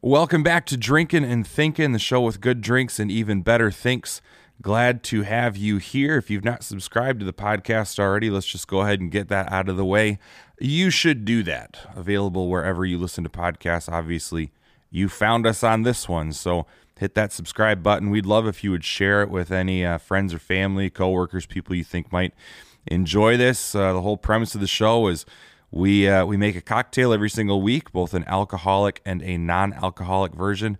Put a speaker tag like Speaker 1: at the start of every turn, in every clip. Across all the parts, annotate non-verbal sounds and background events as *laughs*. Speaker 1: Welcome back to Drinking and Thinking, the show with good drinks and even better thinks. Glad to have you here. If you've not subscribed to the podcast already, let's just go ahead and get that out of the way. You should do that. Available wherever you listen to podcasts. Obviously, you found us on this one, so hit that subscribe button. We'd love if you would share it with any uh, friends or family, coworkers, people you think might enjoy this. Uh, the whole premise of the show is we uh, we make a cocktail every single week, both an alcoholic and a non-alcoholic version,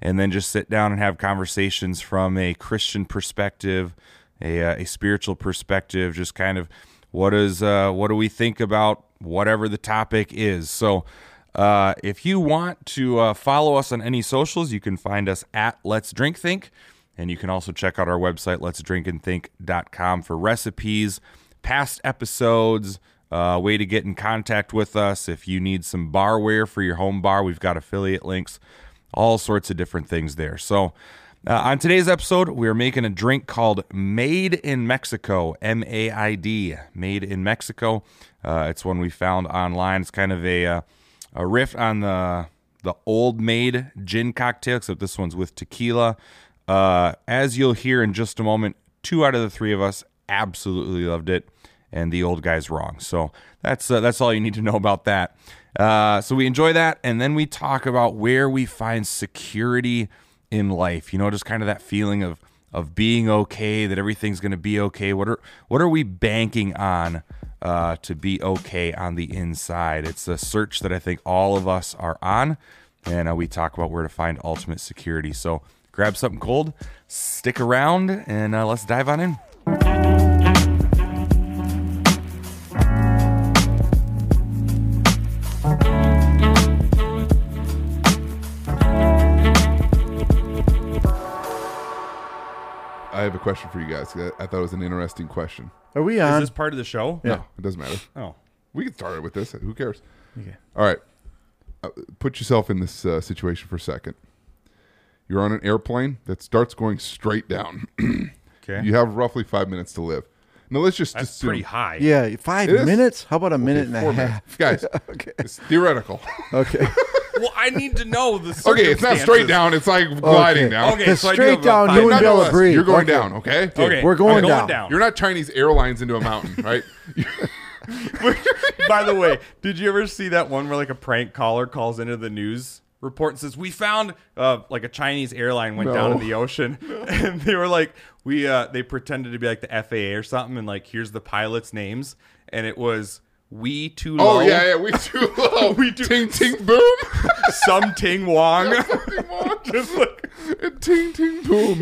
Speaker 1: and then just sit down and have conversations from a Christian perspective, a, uh, a spiritual perspective, just kind of what is uh, what do we think about whatever the topic is. So. Uh, if you want to uh, follow us on any socials, you can find us at Let's Drink Think. And you can also check out our website, letsdrinkandthink.com, for recipes, past episodes, uh, way to get in contact with us. If you need some barware for your home bar, we've got affiliate links, all sorts of different things there. So, uh, on today's episode, we are making a drink called Made in Mexico, M A I D, Made in Mexico. Uh, it's one we found online. It's kind of a, uh, a riff on the the old made gin cocktail, except this one's with tequila. Uh, as you'll hear in just a moment, two out of the three of us absolutely loved it, and the old guy's wrong. So that's uh, that's all you need to know about that. Uh, so we enjoy that, and then we talk about where we find security in life. You know, just kind of that feeling of of being okay, that everything's going to be okay. What are what are we banking on uh, to be okay on the inside? It's a search that I think all of us are on, and uh, we talk about where to find ultimate security. So grab something cold, stick around, and uh, let's dive on in.
Speaker 2: I have a question for you guys. 'cause I I thought it was an interesting question.
Speaker 3: Are we on?
Speaker 1: part of the show?
Speaker 3: Yeah.
Speaker 2: No, it doesn't matter.
Speaker 1: Oh,
Speaker 2: We can start it with this. Who cares?
Speaker 3: Okay.
Speaker 2: All right. Uh, put yourself in this uh, situation for a second. You're on an airplane that starts going straight down. *clears throat*
Speaker 1: okay.
Speaker 2: You have roughly five minutes to live. Now let's just
Speaker 1: That's
Speaker 2: assume
Speaker 1: pretty high.
Speaker 3: yeah, five
Speaker 2: It is.
Speaker 3: minutes. How about a minute and a
Speaker 2: four
Speaker 3: half? *laughs*
Speaker 2: minutes, guys. It's theoretical. *laughs*
Speaker 3: Okay,
Speaker 1: Well, I need to know the.
Speaker 2: okay, it's not straight down. It's like gliding
Speaker 3: Okay.
Speaker 2: down.
Speaker 1: Okay,
Speaker 3: Because
Speaker 1: so I do have
Speaker 3: straight
Speaker 1: about
Speaker 3: down,
Speaker 1: five
Speaker 3: you
Speaker 1: minutes.
Speaker 3: and Bella
Speaker 2: Nonetheless,
Speaker 3: breathe.
Speaker 2: You're going
Speaker 3: Okay.
Speaker 2: down. Okay.
Speaker 1: Okay,
Speaker 3: We're going
Speaker 1: I'm
Speaker 3: down.
Speaker 2: You're not Chinese Airlines into a mountain,
Speaker 3: *laughs*
Speaker 2: right?
Speaker 1: By the way, did you ever see that one where like a prank caller calls into the news report and says we found uh, like a Chinese airline went down in the
Speaker 2: *laughs*
Speaker 1: ocean and they were like we uh, they pretended to be like the FAA or something and like here's the pilots' names and it was we too
Speaker 2: Oh
Speaker 1: low *laughs*
Speaker 2: yeah, yeah, we too low. we do. Ting ting *laughs* boom.
Speaker 1: some Ting
Speaker 2: *laughs*
Speaker 1: Wong *laughs* just like *laughs*
Speaker 2: ting ting boom.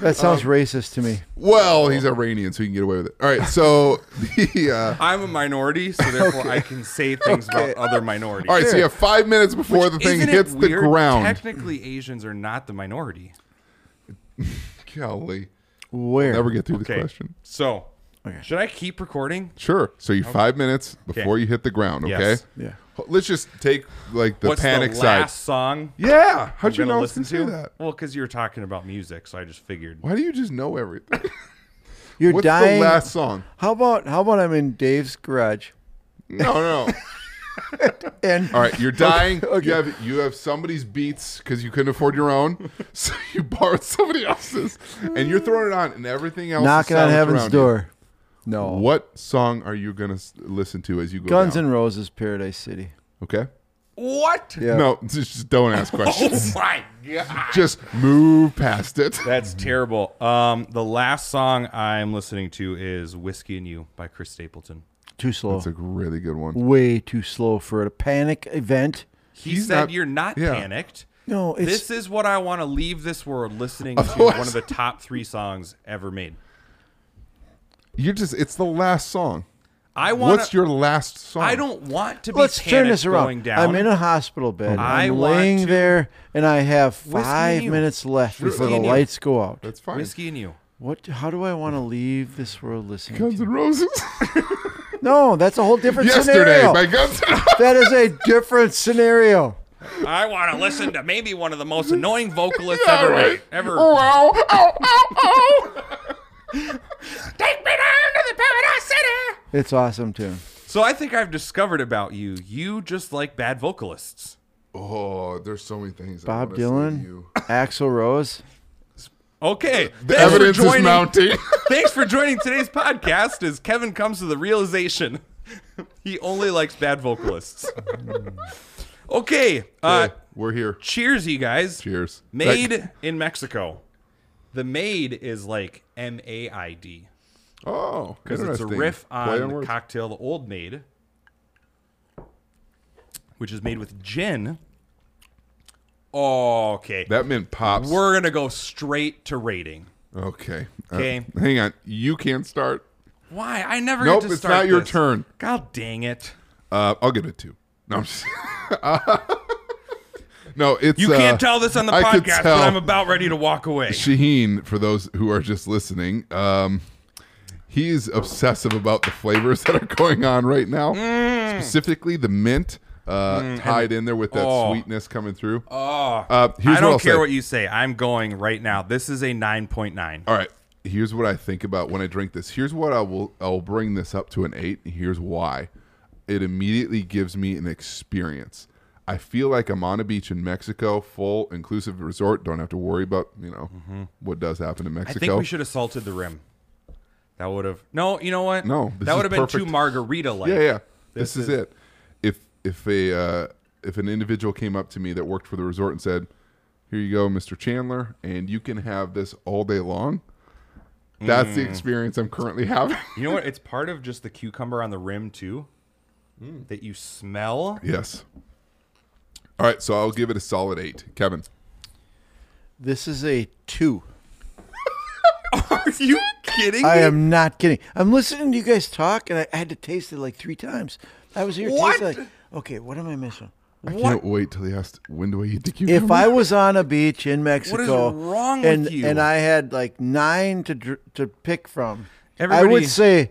Speaker 3: that
Speaker 2: Um,
Speaker 3: sounds racist to me.
Speaker 2: Well, he's Iranian, so he can get away with it. All right, so *laughs* the uh,
Speaker 1: I'm a minority
Speaker 2: *laughs*
Speaker 1: so therefore I can say things about other minorities.
Speaker 2: all right, so you have five minutes before the thing
Speaker 1: Isn't it
Speaker 2: hits the
Speaker 1: weird?
Speaker 2: ground.
Speaker 1: Technically, Asians are not the minority.
Speaker 2: Golly,
Speaker 3: Where?
Speaker 2: never get through this
Speaker 1: Okay.
Speaker 2: question.
Speaker 1: So, should I keep recording?
Speaker 2: Sure. So you five minutes before you hit the ground. Okay.
Speaker 1: Yes.
Speaker 3: Yeah.
Speaker 2: Let's just take like the
Speaker 1: What's
Speaker 2: panic
Speaker 1: the
Speaker 2: side.
Speaker 1: last song?
Speaker 2: Yeah. How'd
Speaker 1: we're
Speaker 2: you
Speaker 1: gonna
Speaker 2: know I was
Speaker 1: listen
Speaker 2: gonna say
Speaker 1: to
Speaker 2: that?
Speaker 1: Well, because you were talking about music, so I just figured.
Speaker 2: Why do you just know everything?
Speaker 3: You're
Speaker 2: What's
Speaker 3: dying.
Speaker 2: the last song?
Speaker 3: How about how about I'm in Dave's garage
Speaker 2: No, no.
Speaker 3: and
Speaker 2: All right, you're dying.
Speaker 3: *laughs* okay.
Speaker 2: You have you have somebody's beats because you couldn't afford your own, *laughs* so you borrowed somebody else's, and you're throwing it on, and everything else. is
Speaker 3: knocking on
Speaker 2: silent
Speaker 3: heaven's
Speaker 2: around you.
Speaker 3: door? No.
Speaker 2: What song are you gonna s- listen to as you go?
Speaker 3: Guns
Speaker 2: down?
Speaker 3: N' Roses, Paradise City.
Speaker 2: okay.
Speaker 1: What?
Speaker 3: Yeah.
Speaker 2: No, *laughs* just, just don't
Speaker 3: *laughs*
Speaker 2: ask questions.
Speaker 1: *laughs* Oh my god.
Speaker 2: *laughs* just move past it. *laughs*
Speaker 1: That's terrible. Um, the last song I'm listening to is "Whiskey and You" by Chris Stapleton.
Speaker 3: Too slow.
Speaker 2: That's a really good one.
Speaker 3: Way too slow for a panic event.
Speaker 1: He
Speaker 2: He's
Speaker 1: said,
Speaker 2: not-
Speaker 1: "You're not
Speaker 2: yeah.
Speaker 1: panicked."
Speaker 3: No, it's
Speaker 1: This is what I want to leave this world listening to
Speaker 2: Otherwise-
Speaker 1: one of the top three songs ever made.
Speaker 2: You're just—it's the last song.
Speaker 1: I want.
Speaker 2: What's your last song?
Speaker 1: I don't want to be
Speaker 3: Let's turn
Speaker 1: panicked
Speaker 3: this around.
Speaker 1: going down.
Speaker 3: I'm in a hospital bed.
Speaker 1: I want
Speaker 3: I'm
Speaker 1: to-
Speaker 3: laying there, and I have five
Speaker 1: you.
Speaker 3: minutes left before the
Speaker 1: and you.
Speaker 3: lights go out.
Speaker 2: That's fine.
Speaker 1: "Whiskey and You."
Speaker 3: What? How do I want to leave this world listening?
Speaker 2: *laughs* Guns N' Roses.
Speaker 3: to- No, that's a whole different
Speaker 2: Yesterday
Speaker 3: scenario.
Speaker 2: by Guns N' *laughs* Roses.
Speaker 3: that is a different scenario.
Speaker 1: I want to listen to maybe one of the most annoying vocalists
Speaker 2: Yeah,
Speaker 1: ever.
Speaker 2: right.
Speaker 1: Ever.
Speaker 2: Oh, ow, ow, ow, ow.
Speaker 1: Take me down to the Paradise City.
Speaker 3: It's awesome too.
Speaker 1: So I think I've discovered about you. You just like bad vocalists.
Speaker 2: Oh, there's so many things. I
Speaker 3: Bob
Speaker 2: wanna say to
Speaker 3: Dylan,
Speaker 2: you.
Speaker 3: Axl Rose.
Speaker 1: Okay.
Speaker 2: The
Speaker 1: thanks for
Speaker 2: evidence is
Speaker 1: joining-
Speaker 2: mounting.
Speaker 1: *laughs* Thanks for joining today's podcast as Kevin comes to the realization *laughs* he only likes bad vocalists. Okay. Uh,
Speaker 2: Okay, we're here.
Speaker 1: cheers, you guys.
Speaker 2: Cheers.
Speaker 1: Made
Speaker 2: Thank-
Speaker 1: in Mexico. The made is like M A I D
Speaker 2: Oh,
Speaker 1: because it's a
Speaker 2: interesting.
Speaker 1: riff
Speaker 2: Play
Speaker 1: on, the
Speaker 2: words.
Speaker 1: cocktail the Old Maid, which is made with gin. Okay.
Speaker 2: That meant pops.
Speaker 1: We're going to go straight to rating.
Speaker 2: Okay. Uh,
Speaker 1: Okay.
Speaker 2: hang on. You can start.
Speaker 1: Why? I never
Speaker 2: Nope,
Speaker 1: get to
Speaker 2: it's
Speaker 1: start
Speaker 2: not your
Speaker 1: this.
Speaker 2: turn.
Speaker 1: God dang it.
Speaker 2: Uh, I'll give it two. No, I'm just. *laughs* no, it's.
Speaker 1: You
Speaker 2: uh,
Speaker 1: can't tell this on the
Speaker 2: I could
Speaker 1: podcast,
Speaker 2: tell.
Speaker 1: but I'm about ready to walk away.
Speaker 2: Shaheen, for those who are just listening, um, he's obsessive about the flavors *laughs* that are going on right now.
Speaker 1: Mm.
Speaker 2: Specifically, the mint uh, tied in there with that
Speaker 1: Oh.
Speaker 2: sweetness coming through.
Speaker 1: Oh,
Speaker 2: Uh, here's
Speaker 1: I don't
Speaker 2: what I'll
Speaker 1: care
Speaker 2: say.
Speaker 1: what you say. I'm going right now. This is a 9.9.
Speaker 2: All right. Here's what I think about when I drink this. Here's what I will I'll bring this up to an 8. and Here's why. It immediately gives me an experience. I feel like I'm on a beach in Mexico, full inclusive resort, don't have to worry about, you know, what does happen in
Speaker 1: Mm-hmm. I
Speaker 2: Mexico.
Speaker 1: think we should have salted the rim. That would have. No, you know what?
Speaker 2: No, this
Speaker 1: that
Speaker 2: is
Speaker 1: would have been
Speaker 2: perfect.
Speaker 1: too margarita like.
Speaker 2: Yeah, yeah. This, is, it. If if a uh, if an individual came up to me that worked for the resort and said, "Here you go, Mr. Chandler, and you can have this all day long," that's the experience I'm currently having. *laughs*
Speaker 1: You know what? It's part of just the cucumber on the rim too,
Speaker 2: Hmm.
Speaker 1: that you smell.
Speaker 2: yes. All right, so I'll give it a solid eight, Kevin.
Speaker 3: This is a two.
Speaker 1: *laughs* Are you kidding?
Speaker 3: I
Speaker 1: me?
Speaker 3: am not kidding. I'm listening to you guys talk, and I I had to taste it like three times. I was here
Speaker 1: What?
Speaker 3: tasting like, okay, what am I missing?
Speaker 2: I
Speaker 1: What?
Speaker 2: can't wait till he asked, "When do I eat the cucumber?"
Speaker 3: If I was on a beach in Mexico,
Speaker 1: wrong with
Speaker 3: and,
Speaker 1: you?
Speaker 3: And I had like nine to dr- to pick from. I
Speaker 1: Everybody-
Speaker 3: would say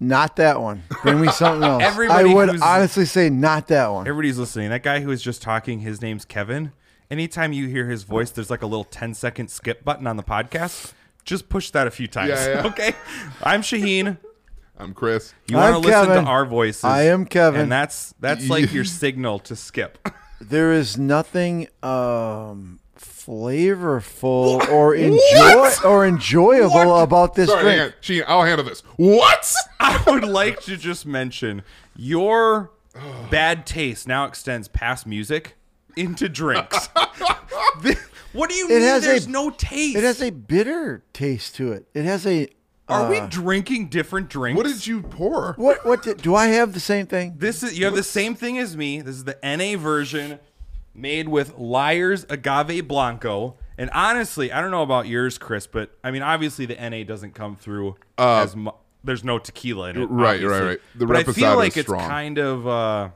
Speaker 3: not that one. Bring me
Speaker 1: *laughs*
Speaker 3: something else.
Speaker 1: Everybody
Speaker 3: I would
Speaker 1: who's-
Speaker 3: honestly say not that one.
Speaker 1: Everybody's listening. That guy who was just talking, his name's Kevin. Anytime you hear his voice, there's like a little 10 second skip button on the podcast. Just push that a few times.
Speaker 2: Yeah,
Speaker 1: *laughs*
Speaker 2: yeah.
Speaker 1: Okay. I'm Shaheen.
Speaker 2: I'm Chris.
Speaker 1: You want to
Speaker 3: I'm
Speaker 1: listen
Speaker 3: Kevin.
Speaker 1: to our voices.
Speaker 3: I am Kevin.
Speaker 1: And that's that's like your signal to skip. *laughs*
Speaker 3: There is nothing um, flavorful or enjoy or enjoyable
Speaker 2: What?
Speaker 3: about this
Speaker 2: Sorry, hang
Speaker 3: drink.
Speaker 2: on. Sheen, I'll handle this. What?
Speaker 1: I would like to just mention your bad taste now extends past music into
Speaker 2: *laughs*
Speaker 1: drinks. Th- what do you mean
Speaker 3: has a-
Speaker 1: there's no taste?
Speaker 3: It has a bitter taste to it. It has a. uh,
Speaker 1: Are we drinking different drinks?
Speaker 2: What did you pour?
Speaker 3: What what did, do I have the same thing?
Speaker 1: This is you have the same thing as me. This is the NA version made with Liars Agave Blanco. And honestly, I don't know about yours, Chris, but I mean, obviously the NA doesn't come through as mu- there's no tequila in it.
Speaker 2: Uh, Right, right,
Speaker 1: obviously.
Speaker 2: right. The
Speaker 1: but I
Speaker 2: reposado
Speaker 1: feel
Speaker 2: is
Speaker 1: like it's
Speaker 2: strong.
Speaker 1: kind of uh,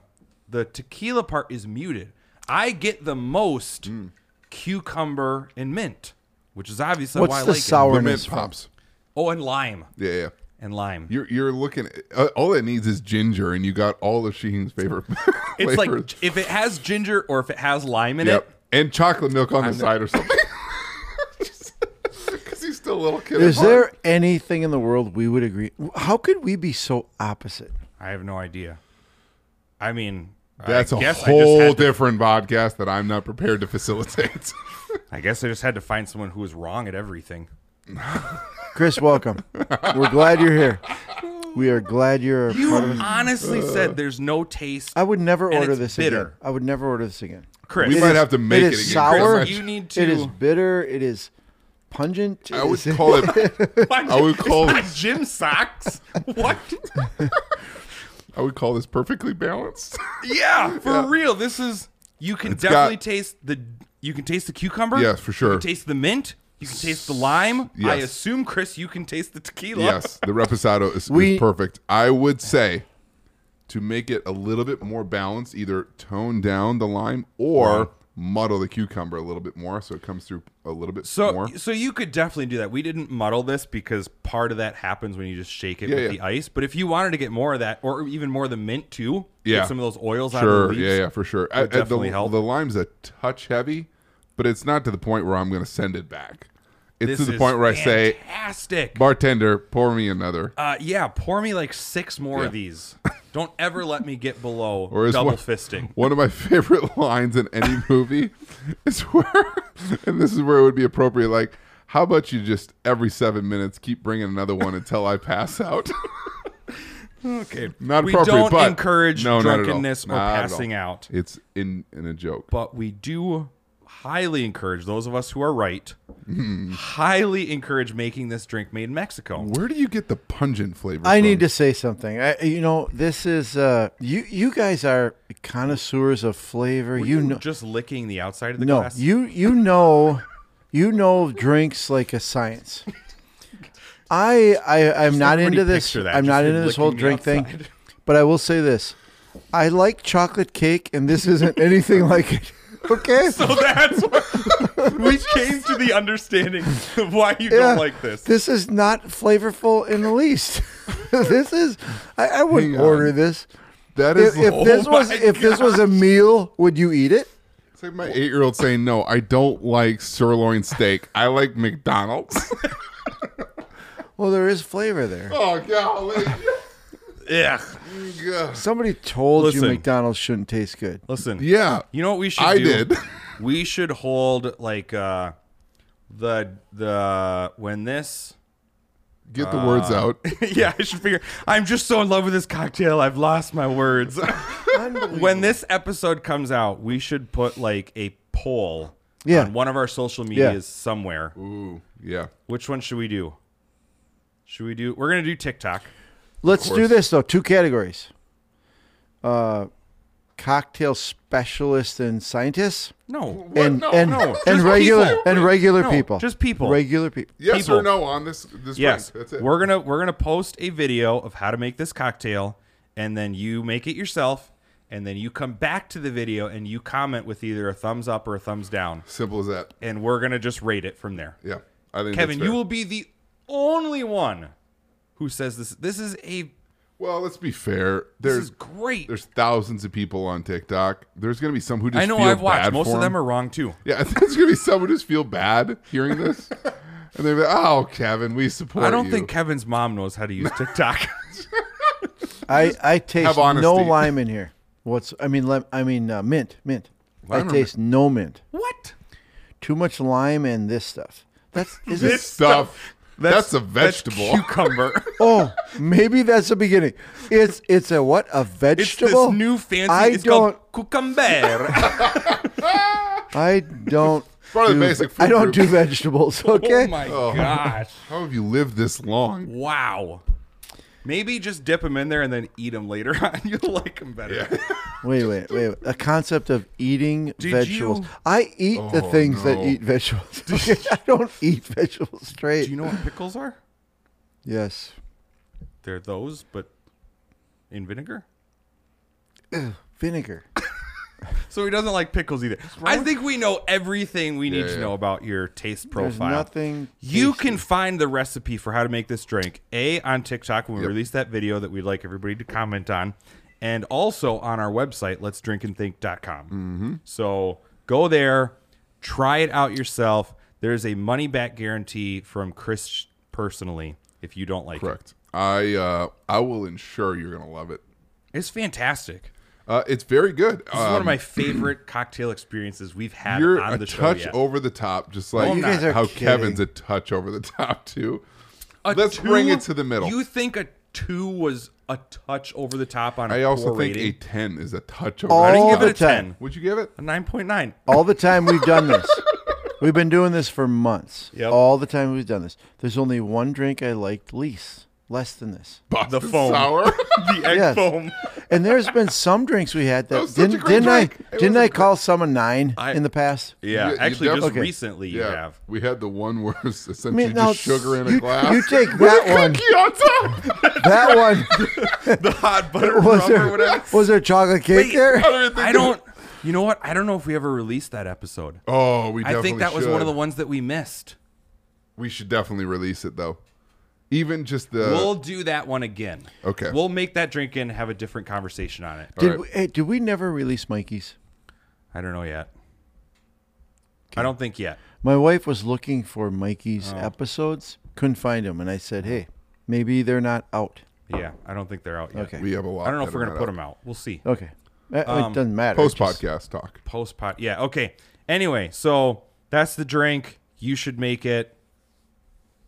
Speaker 1: the tequila part is muted. I get the most
Speaker 2: Hmm.
Speaker 1: cucumber and mint, which is obviously
Speaker 3: What's
Speaker 1: why I
Speaker 3: the
Speaker 1: like it.
Speaker 2: The
Speaker 3: sourness?
Speaker 2: mint
Speaker 3: from?
Speaker 2: pops.
Speaker 1: Oh, and lime,
Speaker 2: Yeah, yeah.
Speaker 1: and lime.
Speaker 2: You're you're looking. Uh, all it needs is ginger, and you got all of Shaheen's favorite. *laughs*
Speaker 1: it's
Speaker 2: flavors.
Speaker 1: like if it has ginger or if it has lime in it.
Speaker 2: yep, and chocolate milk on the side
Speaker 1: *laughs*
Speaker 2: or something. Because he's still a little kid. at
Speaker 3: Is
Speaker 2: heart.
Speaker 3: there anything in the world we would agree? How could we be so opposite?
Speaker 1: I have no idea. I mean,
Speaker 2: That's
Speaker 1: I
Speaker 2: a
Speaker 1: guess I
Speaker 2: whole
Speaker 1: just had to,
Speaker 2: different podcast that I'm not prepared to facilitate. *laughs*
Speaker 1: I guess I just had to find someone who was wrong at everything.
Speaker 2: *laughs*
Speaker 3: Chris, welcome. We're glad you're here. We are glad you're. a
Speaker 1: You
Speaker 3: part of us.
Speaker 1: honestly said there's no taste.
Speaker 3: I would never
Speaker 1: and
Speaker 3: order
Speaker 1: it's
Speaker 3: this
Speaker 1: bitter.
Speaker 3: again. I would never order this again.
Speaker 1: Chris,
Speaker 2: we
Speaker 3: It
Speaker 2: might
Speaker 3: is-
Speaker 2: have to make it,
Speaker 3: it is
Speaker 2: again.
Speaker 3: sour.
Speaker 2: Chris.
Speaker 1: you need to.
Speaker 3: It is bitter. It is pungent.
Speaker 2: I
Speaker 3: it
Speaker 2: would
Speaker 3: is-
Speaker 2: call it.
Speaker 3: *laughs*
Speaker 2: I would call
Speaker 1: it's not
Speaker 2: it-
Speaker 1: gym
Speaker 2: *laughs*
Speaker 1: socks. What?
Speaker 2: I would call this perfectly balanced. *laughs*
Speaker 1: yeah, for real. This is. You can
Speaker 2: got-
Speaker 1: definitely taste the. You can taste the cucumber.
Speaker 2: Yes, for sure.
Speaker 1: You can taste the mint. You can taste the lime. I
Speaker 2: Yes.
Speaker 1: assume, Chris, you can taste the tequila.
Speaker 2: yes, the reposado is,
Speaker 3: We-
Speaker 2: is perfect. I would say to make it a little bit more balanced, either tone down the lime or muddle the cucumber a little bit more, so it comes through a little bit
Speaker 1: So,
Speaker 2: more.
Speaker 1: so you could definitely do that. We didn't muddle this because part of that happens when you just shake it
Speaker 2: Yeah,
Speaker 1: with
Speaker 2: yeah.
Speaker 1: the ice. But if you wanted to get more of that, or even more of the mint too,
Speaker 2: Yeah.
Speaker 1: get some of those oils out of
Speaker 2: Sure,
Speaker 1: the leaves.
Speaker 2: yeah, yeah, for sure. I, I- the,
Speaker 1: definitely help.
Speaker 2: the lime's a touch heavy, but it's not to the point where I'm going to send it back. It's
Speaker 1: This
Speaker 2: to the
Speaker 1: is
Speaker 2: point where I say,
Speaker 1: fantastic.
Speaker 2: bartender, pour me another.
Speaker 1: Uh, yeah, pour me like six more of
Speaker 2: *laughs*
Speaker 1: these. Don't ever let me get below
Speaker 2: Or is
Speaker 1: double
Speaker 2: one- *laughs*
Speaker 1: fisting.
Speaker 2: One of my favorite lines in any movie is where, *laughs* and this is where it would be appropriate. Like, how about you just every seven minutes keep bringing another one until I pass out? *laughs*
Speaker 1: Okay,
Speaker 2: Not
Speaker 1: we
Speaker 2: appropriate,
Speaker 1: don't
Speaker 2: but-
Speaker 1: encourage
Speaker 2: No, not at all.
Speaker 1: drunkenness or
Speaker 2: Not at all.
Speaker 1: passing out,
Speaker 2: it's in in a joke.
Speaker 1: but we do highly encourage those of us who are
Speaker 2: *laughs*
Speaker 1: right. Highly encourage making this drink made in Mexico.
Speaker 2: Where do you get the pungent flavor?
Speaker 3: I
Speaker 2: from?
Speaker 3: need to say something. I, you know, this is uh, you. You guys are connoisseurs of flavor.
Speaker 1: Were
Speaker 3: You know,
Speaker 1: just licking the outside of the
Speaker 3: no,
Speaker 1: glass.
Speaker 3: you you know, you know drinks like a science. I I I'm not
Speaker 1: Everybody
Speaker 3: into this.
Speaker 1: picture that,
Speaker 3: I'm
Speaker 1: just
Speaker 3: not
Speaker 1: him
Speaker 3: into this whole
Speaker 1: licking the
Speaker 3: drink thing.
Speaker 1: outside. *laughs*
Speaker 3: But I will say this: I like chocolate cake, and
Speaker 1: *laughs*
Speaker 3: this isn't anything like it. Okay.
Speaker 1: *laughs* So that's what *laughs* we came to the understanding of why you
Speaker 3: Yeah.
Speaker 1: don't like this.
Speaker 3: This is not flavorful in the least. *laughs* this is. I, I wouldn't
Speaker 2: Hang on.
Speaker 3: order this.
Speaker 2: That
Speaker 3: If,
Speaker 2: is
Speaker 3: if
Speaker 2: oh,
Speaker 3: this
Speaker 1: my
Speaker 3: was if this was a meal, would you eat it?
Speaker 2: it's like my eight year old saying, "No, I don't like sirloin steak. I like McDonald's." *laughs*
Speaker 3: Well, there is flavor there.
Speaker 2: oh golly!
Speaker 1: Yeah.
Speaker 2: God.
Speaker 3: Somebody told you
Speaker 1: Listen.
Speaker 3: McDonald's shouldn't taste good.
Speaker 1: Listen.
Speaker 2: Yeah,
Speaker 1: You know what we should
Speaker 2: I
Speaker 1: do?
Speaker 2: did.
Speaker 1: *laughs* we should hold like uh the the when this *laughs*
Speaker 2: get the words
Speaker 1: Uh.
Speaker 2: out.
Speaker 1: yeah, I should figure I'm just so in love with this cocktail, I've lost my *laughs* words. when this episode comes out, we should put like a poll
Speaker 3: Yeah.
Speaker 1: on one of our social medias somewhere.
Speaker 2: Ooh, yeah.
Speaker 1: Which one should we do? Should we do we're gonna do TikTok.
Speaker 3: Let's do
Speaker 2: course.
Speaker 3: this though. Two categories. Uh, cocktail specialists and scientists,
Speaker 1: No.
Speaker 3: and
Speaker 2: No,
Speaker 3: and
Speaker 2: no.
Speaker 3: and
Speaker 1: Just
Speaker 3: regular
Speaker 1: people.
Speaker 3: and regular
Speaker 1: No,
Speaker 3: people.
Speaker 1: just people.
Speaker 3: Regular people.
Speaker 2: Yes
Speaker 1: People.
Speaker 2: or no on this this
Speaker 1: Yes.
Speaker 2: drink. That's it.
Speaker 1: We're gonna we're gonna post a video of how to make this cocktail, and then you make it yourself, and then you come back to the video and you comment with either a thumbs up or a thumbs down,
Speaker 2: Simple as that.
Speaker 1: and we're gonna just rate it from there.
Speaker 2: Yeah, I think
Speaker 1: Kevin,
Speaker 2: that's
Speaker 1: you
Speaker 2: fair.
Speaker 1: will be the only one who says this. This is a
Speaker 2: Well, let's be fair.
Speaker 1: this
Speaker 2: There's
Speaker 1: is great.
Speaker 2: there's thousands of people on TikTok. There's gonna be some who just
Speaker 1: I know
Speaker 2: feel
Speaker 1: I've watched.
Speaker 2: bad
Speaker 1: Most
Speaker 2: for
Speaker 1: of them are wrong too.
Speaker 2: Yeah, *laughs* there's gonna be some who just feel bad hearing
Speaker 1: *laughs*
Speaker 2: this, and they're like, "Oh, Kevin, we support."
Speaker 1: I don't
Speaker 2: you."
Speaker 1: think Kevin's mom knows how to
Speaker 2: *laughs*
Speaker 1: use TikTok.
Speaker 3: I I taste
Speaker 2: have
Speaker 3: no
Speaker 2: honesty.
Speaker 3: lime in here. What's I mean lem, I mean uh, mint mint.
Speaker 2: Lime
Speaker 3: I
Speaker 2: or
Speaker 3: taste no mint.
Speaker 1: what?
Speaker 3: Too much lime and this stuff. That's is
Speaker 2: this
Speaker 3: this.
Speaker 2: *laughs* stuff. That's,
Speaker 1: *laughs*
Speaker 2: a
Speaker 1: that's
Speaker 2: vegetable. *laughs*
Speaker 1: cucumber.
Speaker 3: Oh, maybe that's the beginning. It's it's a what a
Speaker 1: It's
Speaker 3: vegetable.
Speaker 1: this new fancy.
Speaker 3: I
Speaker 1: it's
Speaker 3: don't.
Speaker 1: called cucumber.
Speaker 3: I don't.
Speaker 2: Part of the
Speaker 3: do-
Speaker 2: basic food
Speaker 3: I don't do
Speaker 2: group.
Speaker 3: vegetables. Okay.
Speaker 1: Oh my gosh!
Speaker 2: How have you lived this
Speaker 1: *laughs*
Speaker 2: long?
Speaker 1: Wow. Maybe just dip them in there and then eat them later *laughs* on. You'll like them better.
Speaker 3: Wait, wait, wait. A concept of eating
Speaker 1: Did
Speaker 3: vegetables.
Speaker 1: you-
Speaker 3: I eat the
Speaker 2: Oh,
Speaker 3: things that
Speaker 2: no.
Speaker 3: eat vegetables. Okay? *laughs* I don't eat vegetables straight.
Speaker 1: Do you know what pickles are?
Speaker 3: yes.
Speaker 1: They're those, but in vinegar.
Speaker 3: Vinegar.
Speaker 1: So he doesn't like pickles either. I think we know everything we need
Speaker 2: Yeah,
Speaker 1: to
Speaker 2: yeah.
Speaker 1: know about your taste
Speaker 3: There's
Speaker 1: profile.
Speaker 3: nothing.
Speaker 1: You
Speaker 3: tasty.
Speaker 1: can find the recipe for how to make this drink a on TikTok when we release that video that we'd like everybody to comment on, and also on our website let's drink and think.com. Mm-hmm. So go there, try it out yourself. There's a money back guarantee from Chris personally if you don't like
Speaker 2: Correct. I uh, I will ensure you're gonna love it.
Speaker 1: it. It's fantastic.
Speaker 2: Uh, it's very good.
Speaker 1: This is one
Speaker 2: Um,
Speaker 1: of my favorite cocktail experiences we've had
Speaker 2: You're
Speaker 1: on
Speaker 2: a
Speaker 1: the show.
Speaker 2: touch
Speaker 1: yet.
Speaker 2: over the top, just like
Speaker 1: I'm You guys
Speaker 3: not. are
Speaker 2: how
Speaker 3: kidding.
Speaker 2: Kevin's a touch over the *laughs* top too.
Speaker 1: A
Speaker 2: Let's
Speaker 1: two-
Speaker 2: bring it to the middle.
Speaker 1: You think a two was a touch over the top on a
Speaker 2: I also
Speaker 1: poor
Speaker 2: think
Speaker 1: rating?
Speaker 2: a ten is a touch over.
Speaker 3: All
Speaker 2: the
Speaker 1: didn't
Speaker 2: top.
Speaker 1: give
Speaker 3: the
Speaker 1: it a
Speaker 3: time.
Speaker 1: 10.
Speaker 2: Would you give it?
Speaker 1: a nine point nine.
Speaker 3: All the time we've done this. we've been doing this for months.
Speaker 1: Yep.
Speaker 3: All the time we've done this. There's only one drink I liked least, less than this.
Speaker 1: The
Speaker 2: Boston
Speaker 1: foam. *laughs*
Speaker 2: sour.
Speaker 1: the egg
Speaker 2: *laughs*
Speaker 3: Yes.
Speaker 1: foam.
Speaker 3: And there's been some drinks we had that,
Speaker 2: was such a
Speaker 3: didn't
Speaker 2: great
Speaker 3: didn't I
Speaker 2: drink. It was
Speaker 3: didn't
Speaker 2: a
Speaker 3: I
Speaker 2: great-
Speaker 3: call some a nine
Speaker 1: I-
Speaker 3: in the past?
Speaker 1: Yeah,
Speaker 2: You- you
Speaker 1: actually, just
Speaker 2: definitely-
Speaker 1: recently you have.
Speaker 2: we had the one where it's
Speaker 3: I
Speaker 2: essentially
Speaker 3: mean, now
Speaker 2: just sugar in a
Speaker 3: you,
Speaker 2: glass.
Speaker 3: you
Speaker 2: *laughs*
Speaker 3: take
Speaker 2: With a
Speaker 3: that one.
Speaker 2: cookie on top. *laughs*
Speaker 3: That one
Speaker 1: The hot butter
Speaker 3: was
Speaker 1: rum or
Speaker 3: there
Speaker 1: whatever.
Speaker 3: *laughs* was there chocolate cake
Speaker 2: *laughs*
Speaker 3: there?
Speaker 2: I don't even think
Speaker 1: I
Speaker 2: of
Speaker 1: don't. You know what? I don't know if we ever released that episode.
Speaker 2: Oh, we.
Speaker 1: I
Speaker 2: Definitely
Speaker 1: think that was
Speaker 2: should.
Speaker 1: one of the ones that we missed.
Speaker 2: We should definitely release it though. Even just the.
Speaker 1: We'll do that one again.
Speaker 2: Uh, Okay. Oh.
Speaker 1: We'll make that drink and have a different conversation on it.
Speaker 3: Did
Speaker 2: right.
Speaker 3: we, hey, did we never release Mikey's?
Speaker 1: I don't know yet. I don't think yet.
Speaker 3: My wife was looking for Mikey's
Speaker 1: Oh.
Speaker 3: episodes, couldn't find them, and I said, "Hey, maybe they're not out."
Speaker 1: Yeah, I don't think they're out yet.
Speaker 3: Okay.
Speaker 2: We have a lot.
Speaker 1: I don't know if
Speaker 2: that
Speaker 1: we're
Speaker 2: are
Speaker 1: gonna
Speaker 2: not
Speaker 1: put
Speaker 2: out.
Speaker 1: them out. We'll see.
Speaker 3: Okay, Uh,
Speaker 1: Um,
Speaker 3: it doesn't matter.
Speaker 2: Post
Speaker 3: Just-
Speaker 2: podcast talk.
Speaker 1: Post pot. Yeah. Okay. Anyway, so that's the drink. You should make it.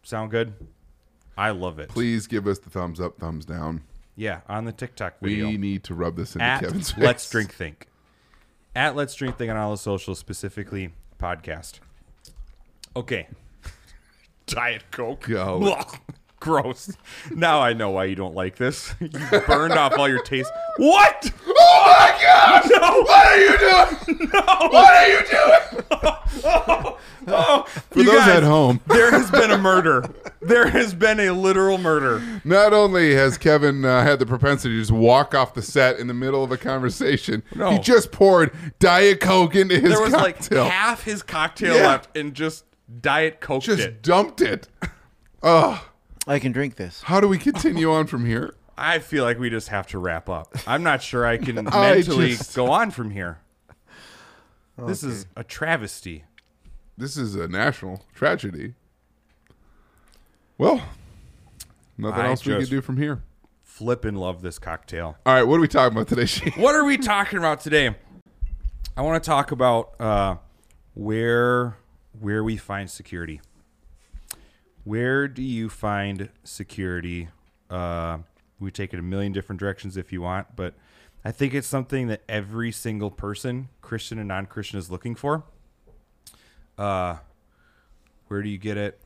Speaker 1: Sound good? I love it.
Speaker 2: Please give us the thumbs up, thumbs down.
Speaker 1: Yeah, on the TikTok
Speaker 2: We
Speaker 1: video.
Speaker 2: need to rub this into
Speaker 1: at
Speaker 2: Kevin's face.
Speaker 1: Let's Drink Think. At Let's Drink Think on all the socials, specifically podcast. Okay. *laughs* Diet *laughs* Coke.
Speaker 2: Go.
Speaker 1: Blah. Gross. Now I know why you don't like this. *laughs* You burned off all your taste. What?
Speaker 2: Oh my gosh!
Speaker 1: *laughs* No.
Speaker 2: What
Speaker 1: *laughs*
Speaker 2: are you doing? What are you doing?
Speaker 1: Oh,
Speaker 2: For those at home,
Speaker 1: There has been a murder. There has been a literal murder.
Speaker 2: not only has Kevin uh, had the propensity to just walk off the set in the middle of a conversation,
Speaker 1: No.
Speaker 2: he just poured Diet Coke into his
Speaker 1: There was
Speaker 2: cocktail.
Speaker 1: like half his cocktail
Speaker 2: Yeah.
Speaker 1: left and just Diet Coke
Speaker 2: just
Speaker 1: it.
Speaker 2: dumped it. Ugh.
Speaker 3: I can drink this.
Speaker 2: How do we continue on from here?
Speaker 1: I feel like we just have to wrap up. I'm not sure I can
Speaker 2: *laughs* I
Speaker 1: mentally
Speaker 2: just-
Speaker 1: go on from here. This is a travesty.
Speaker 2: This is a national tragedy. Well, nothing
Speaker 1: I
Speaker 2: else we can
Speaker 1: just-
Speaker 2: do from here.
Speaker 1: Flippin' love this cocktail.
Speaker 2: All right, what are we talking about today, Shane? *laughs*
Speaker 1: What are we talking about today? I want to talk about uh, where where we find security. Where do you find security? Uh, we take it a million different directions if you want, but I think it's something that every single person, Christian and non-Christian, is looking for. Uh, where do you get it?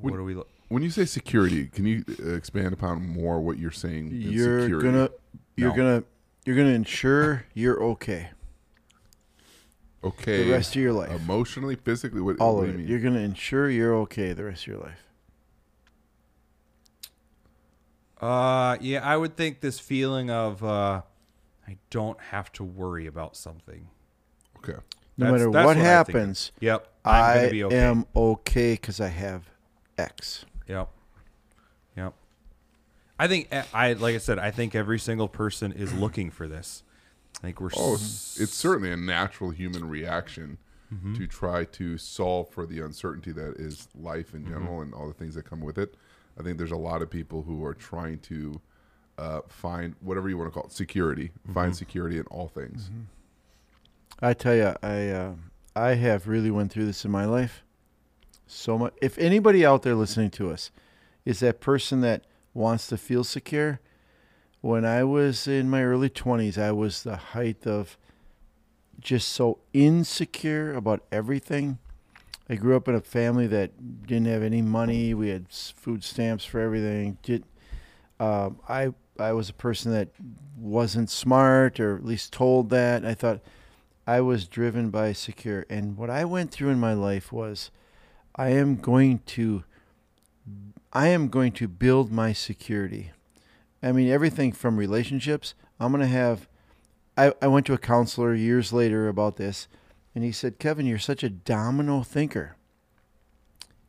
Speaker 1: What are we? Lo-
Speaker 2: When you say security, can you uh, expand upon more what you're saying? in
Speaker 3: You're
Speaker 2: security?
Speaker 3: gonna, you're
Speaker 1: No.
Speaker 3: gonna, you're gonna ensure you're okay
Speaker 2: okay
Speaker 3: the rest of your life.
Speaker 2: emotionally, physically, what,
Speaker 3: All
Speaker 2: what
Speaker 3: of
Speaker 2: do
Speaker 3: it.
Speaker 2: you
Speaker 3: You're
Speaker 2: mean?
Speaker 3: gonna ensure you're okay the rest of your life.
Speaker 1: Uh, yeah, I would think this feeling of uh, I don't have to worry about something.
Speaker 2: Okay,
Speaker 3: No
Speaker 1: That's-
Speaker 3: matter
Speaker 1: that's
Speaker 3: what
Speaker 1: I think.
Speaker 3: happens,
Speaker 1: Yep. I'm
Speaker 3: I
Speaker 1: gonna be okay.
Speaker 3: am okay because I have X.
Speaker 1: Yep. Yep. I think eh, I like I said, I think every single person is looking for this. I think we're
Speaker 2: oh,
Speaker 1: s-
Speaker 2: it's, it's certainly a natural human reaction
Speaker 1: Mm-hmm.
Speaker 2: to try to solve for the uncertainty that is life
Speaker 1: Mm-hmm.
Speaker 2: in general and all the things that come with it. I think there's a lot of people who are trying to uh, find whatever you want to call it security,
Speaker 1: Mm-hmm.
Speaker 2: find security in all things.
Speaker 3: I tell you, I uh, I have really went through this in my life. So much. If anybody out there listening to us is that person that wants to feel secure, when I was in my early twenties, I was the height of just so insecure about everything. I grew up in a family that didn't have any money. We had s- food stamps for everything. Did um, I? I was a person that wasn't smart, or at least told that. I thought I was driven by secure. And what I went through in my life was I am going to I am going to build my security. I mean everything from relationships. I'm gonna have I, I went to a counselor years later about this and he said, Kevin, you're such a domino thinker.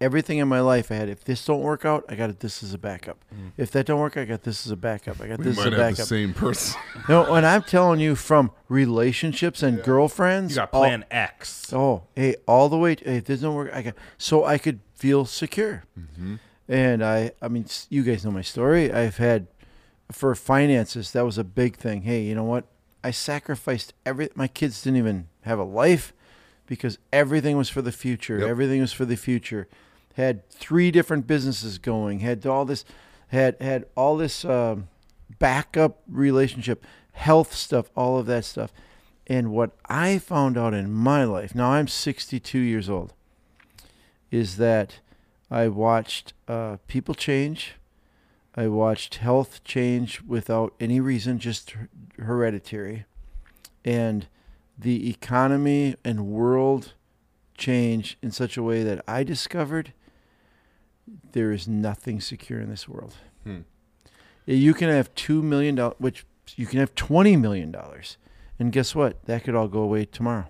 Speaker 3: Everything in my life I had, if this don't work out, I got it this as a backup. If that don't work, I got this as a backup. I got
Speaker 2: We
Speaker 3: this as a
Speaker 2: might have the
Speaker 3: backup.
Speaker 2: same person. *laughs*
Speaker 3: No, and I'm telling you from relationships and girlfriends.
Speaker 1: you got
Speaker 3: all-
Speaker 1: plan X.
Speaker 3: Oh, hey, all the way. Hey, if this doesn't work, I got so I could feel secure. And I, I mean, s- you guys know my story. I've had for finances that was a big thing. Hey, you know what? I sacrificed every. My kids didn't even have a life because everything was for the future.
Speaker 2: Yep.
Speaker 3: Everything was for the future. Had three different businesses going. Had all this. Had had all this um, backup relationship, health stuff, all of that stuff. And what I found out in my life, now I'm 62 years old, is that I watched uh, people change. I watched health change without any reason, just her- hereditary. And the economy and world change in such a way that I discovered there is nothing secure in this world. Eh,
Speaker 2: Hmm.
Speaker 3: You can have $2 million, which you can have $20 million. And guess what? That could all go away tomorrow.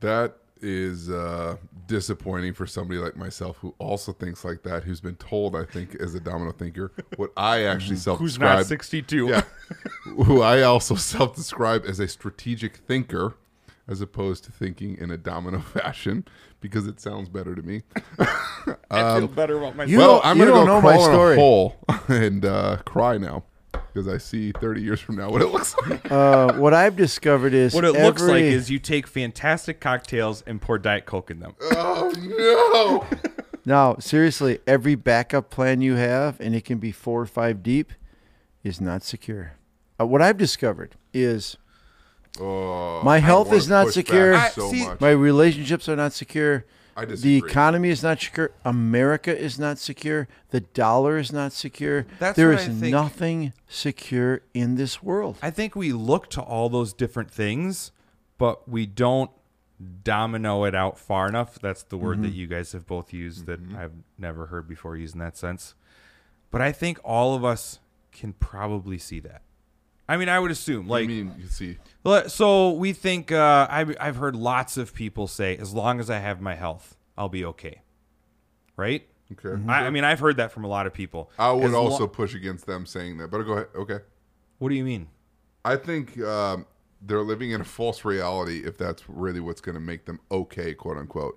Speaker 2: That is uh, disappointing for somebody like myself who also thinks like that, who's been told, I think, as a domino thinker, what
Speaker 1: *laughs*
Speaker 2: I actually self
Speaker 1: Who's not
Speaker 2: describe,
Speaker 1: 62?
Speaker 2: *laughs* yeah, who I also self describe as a strategic thinker, as opposed to thinking in a domino *laughs* fashion because it sounds better to me.
Speaker 1: *laughs* I feel better about myself.
Speaker 3: You
Speaker 2: well,
Speaker 3: don't-
Speaker 2: I'm
Speaker 3: you
Speaker 2: gonna go
Speaker 3: don't
Speaker 2: crawl
Speaker 3: know my
Speaker 2: in
Speaker 3: story.
Speaker 2: a hole *laughs* and uh, cry now because I see 30 years from now what it looks like.
Speaker 3: Uh, what I've discovered is
Speaker 1: what it looks like
Speaker 3: every-
Speaker 1: is you take fantastic cocktails and pour Diet Coke in them.
Speaker 2: oh no!
Speaker 3: No, seriously, every backup plan you have, and it can be four or five deep, is not secure. Uh, what I've discovered is
Speaker 2: Oh,
Speaker 3: My
Speaker 2: I
Speaker 3: health
Speaker 2: wanna
Speaker 3: is not
Speaker 2: push
Speaker 3: secure.
Speaker 2: back
Speaker 1: I-
Speaker 2: So
Speaker 1: see-
Speaker 2: much.
Speaker 3: my relationships are not secure.
Speaker 2: I
Speaker 3: The
Speaker 2: disagree.
Speaker 3: economy is not secure. America is not secure. The dollar is not secure.
Speaker 1: That's
Speaker 3: there
Speaker 1: what
Speaker 3: is
Speaker 1: I think.
Speaker 3: nothing secure in this world.
Speaker 1: I think we look to all those different things, but we don't domino it out far enough. That's the word
Speaker 2: Mm-hmm.
Speaker 1: that you guys have both used that I've never heard before used in that sense. But I think all of us can probably see that. I mean, I would assume
Speaker 2: I
Speaker 1: like
Speaker 2: mean, you see,
Speaker 1: Le- So we think uh, I've, I've heard lots of people say, as long as I have my health, I'll be okay. Right?
Speaker 2: okay.
Speaker 3: Mm-hmm.
Speaker 1: I, I mean, I've heard that from a lot of people.
Speaker 2: I would
Speaker 1: As lo-
Speaker 2: also push against them saying that. But go ahead. Okay.
Speaker 1: what do you mean?
Speaker 2: I think um, they're living in a false reality if that's really what's going to make them okay, quote unqute.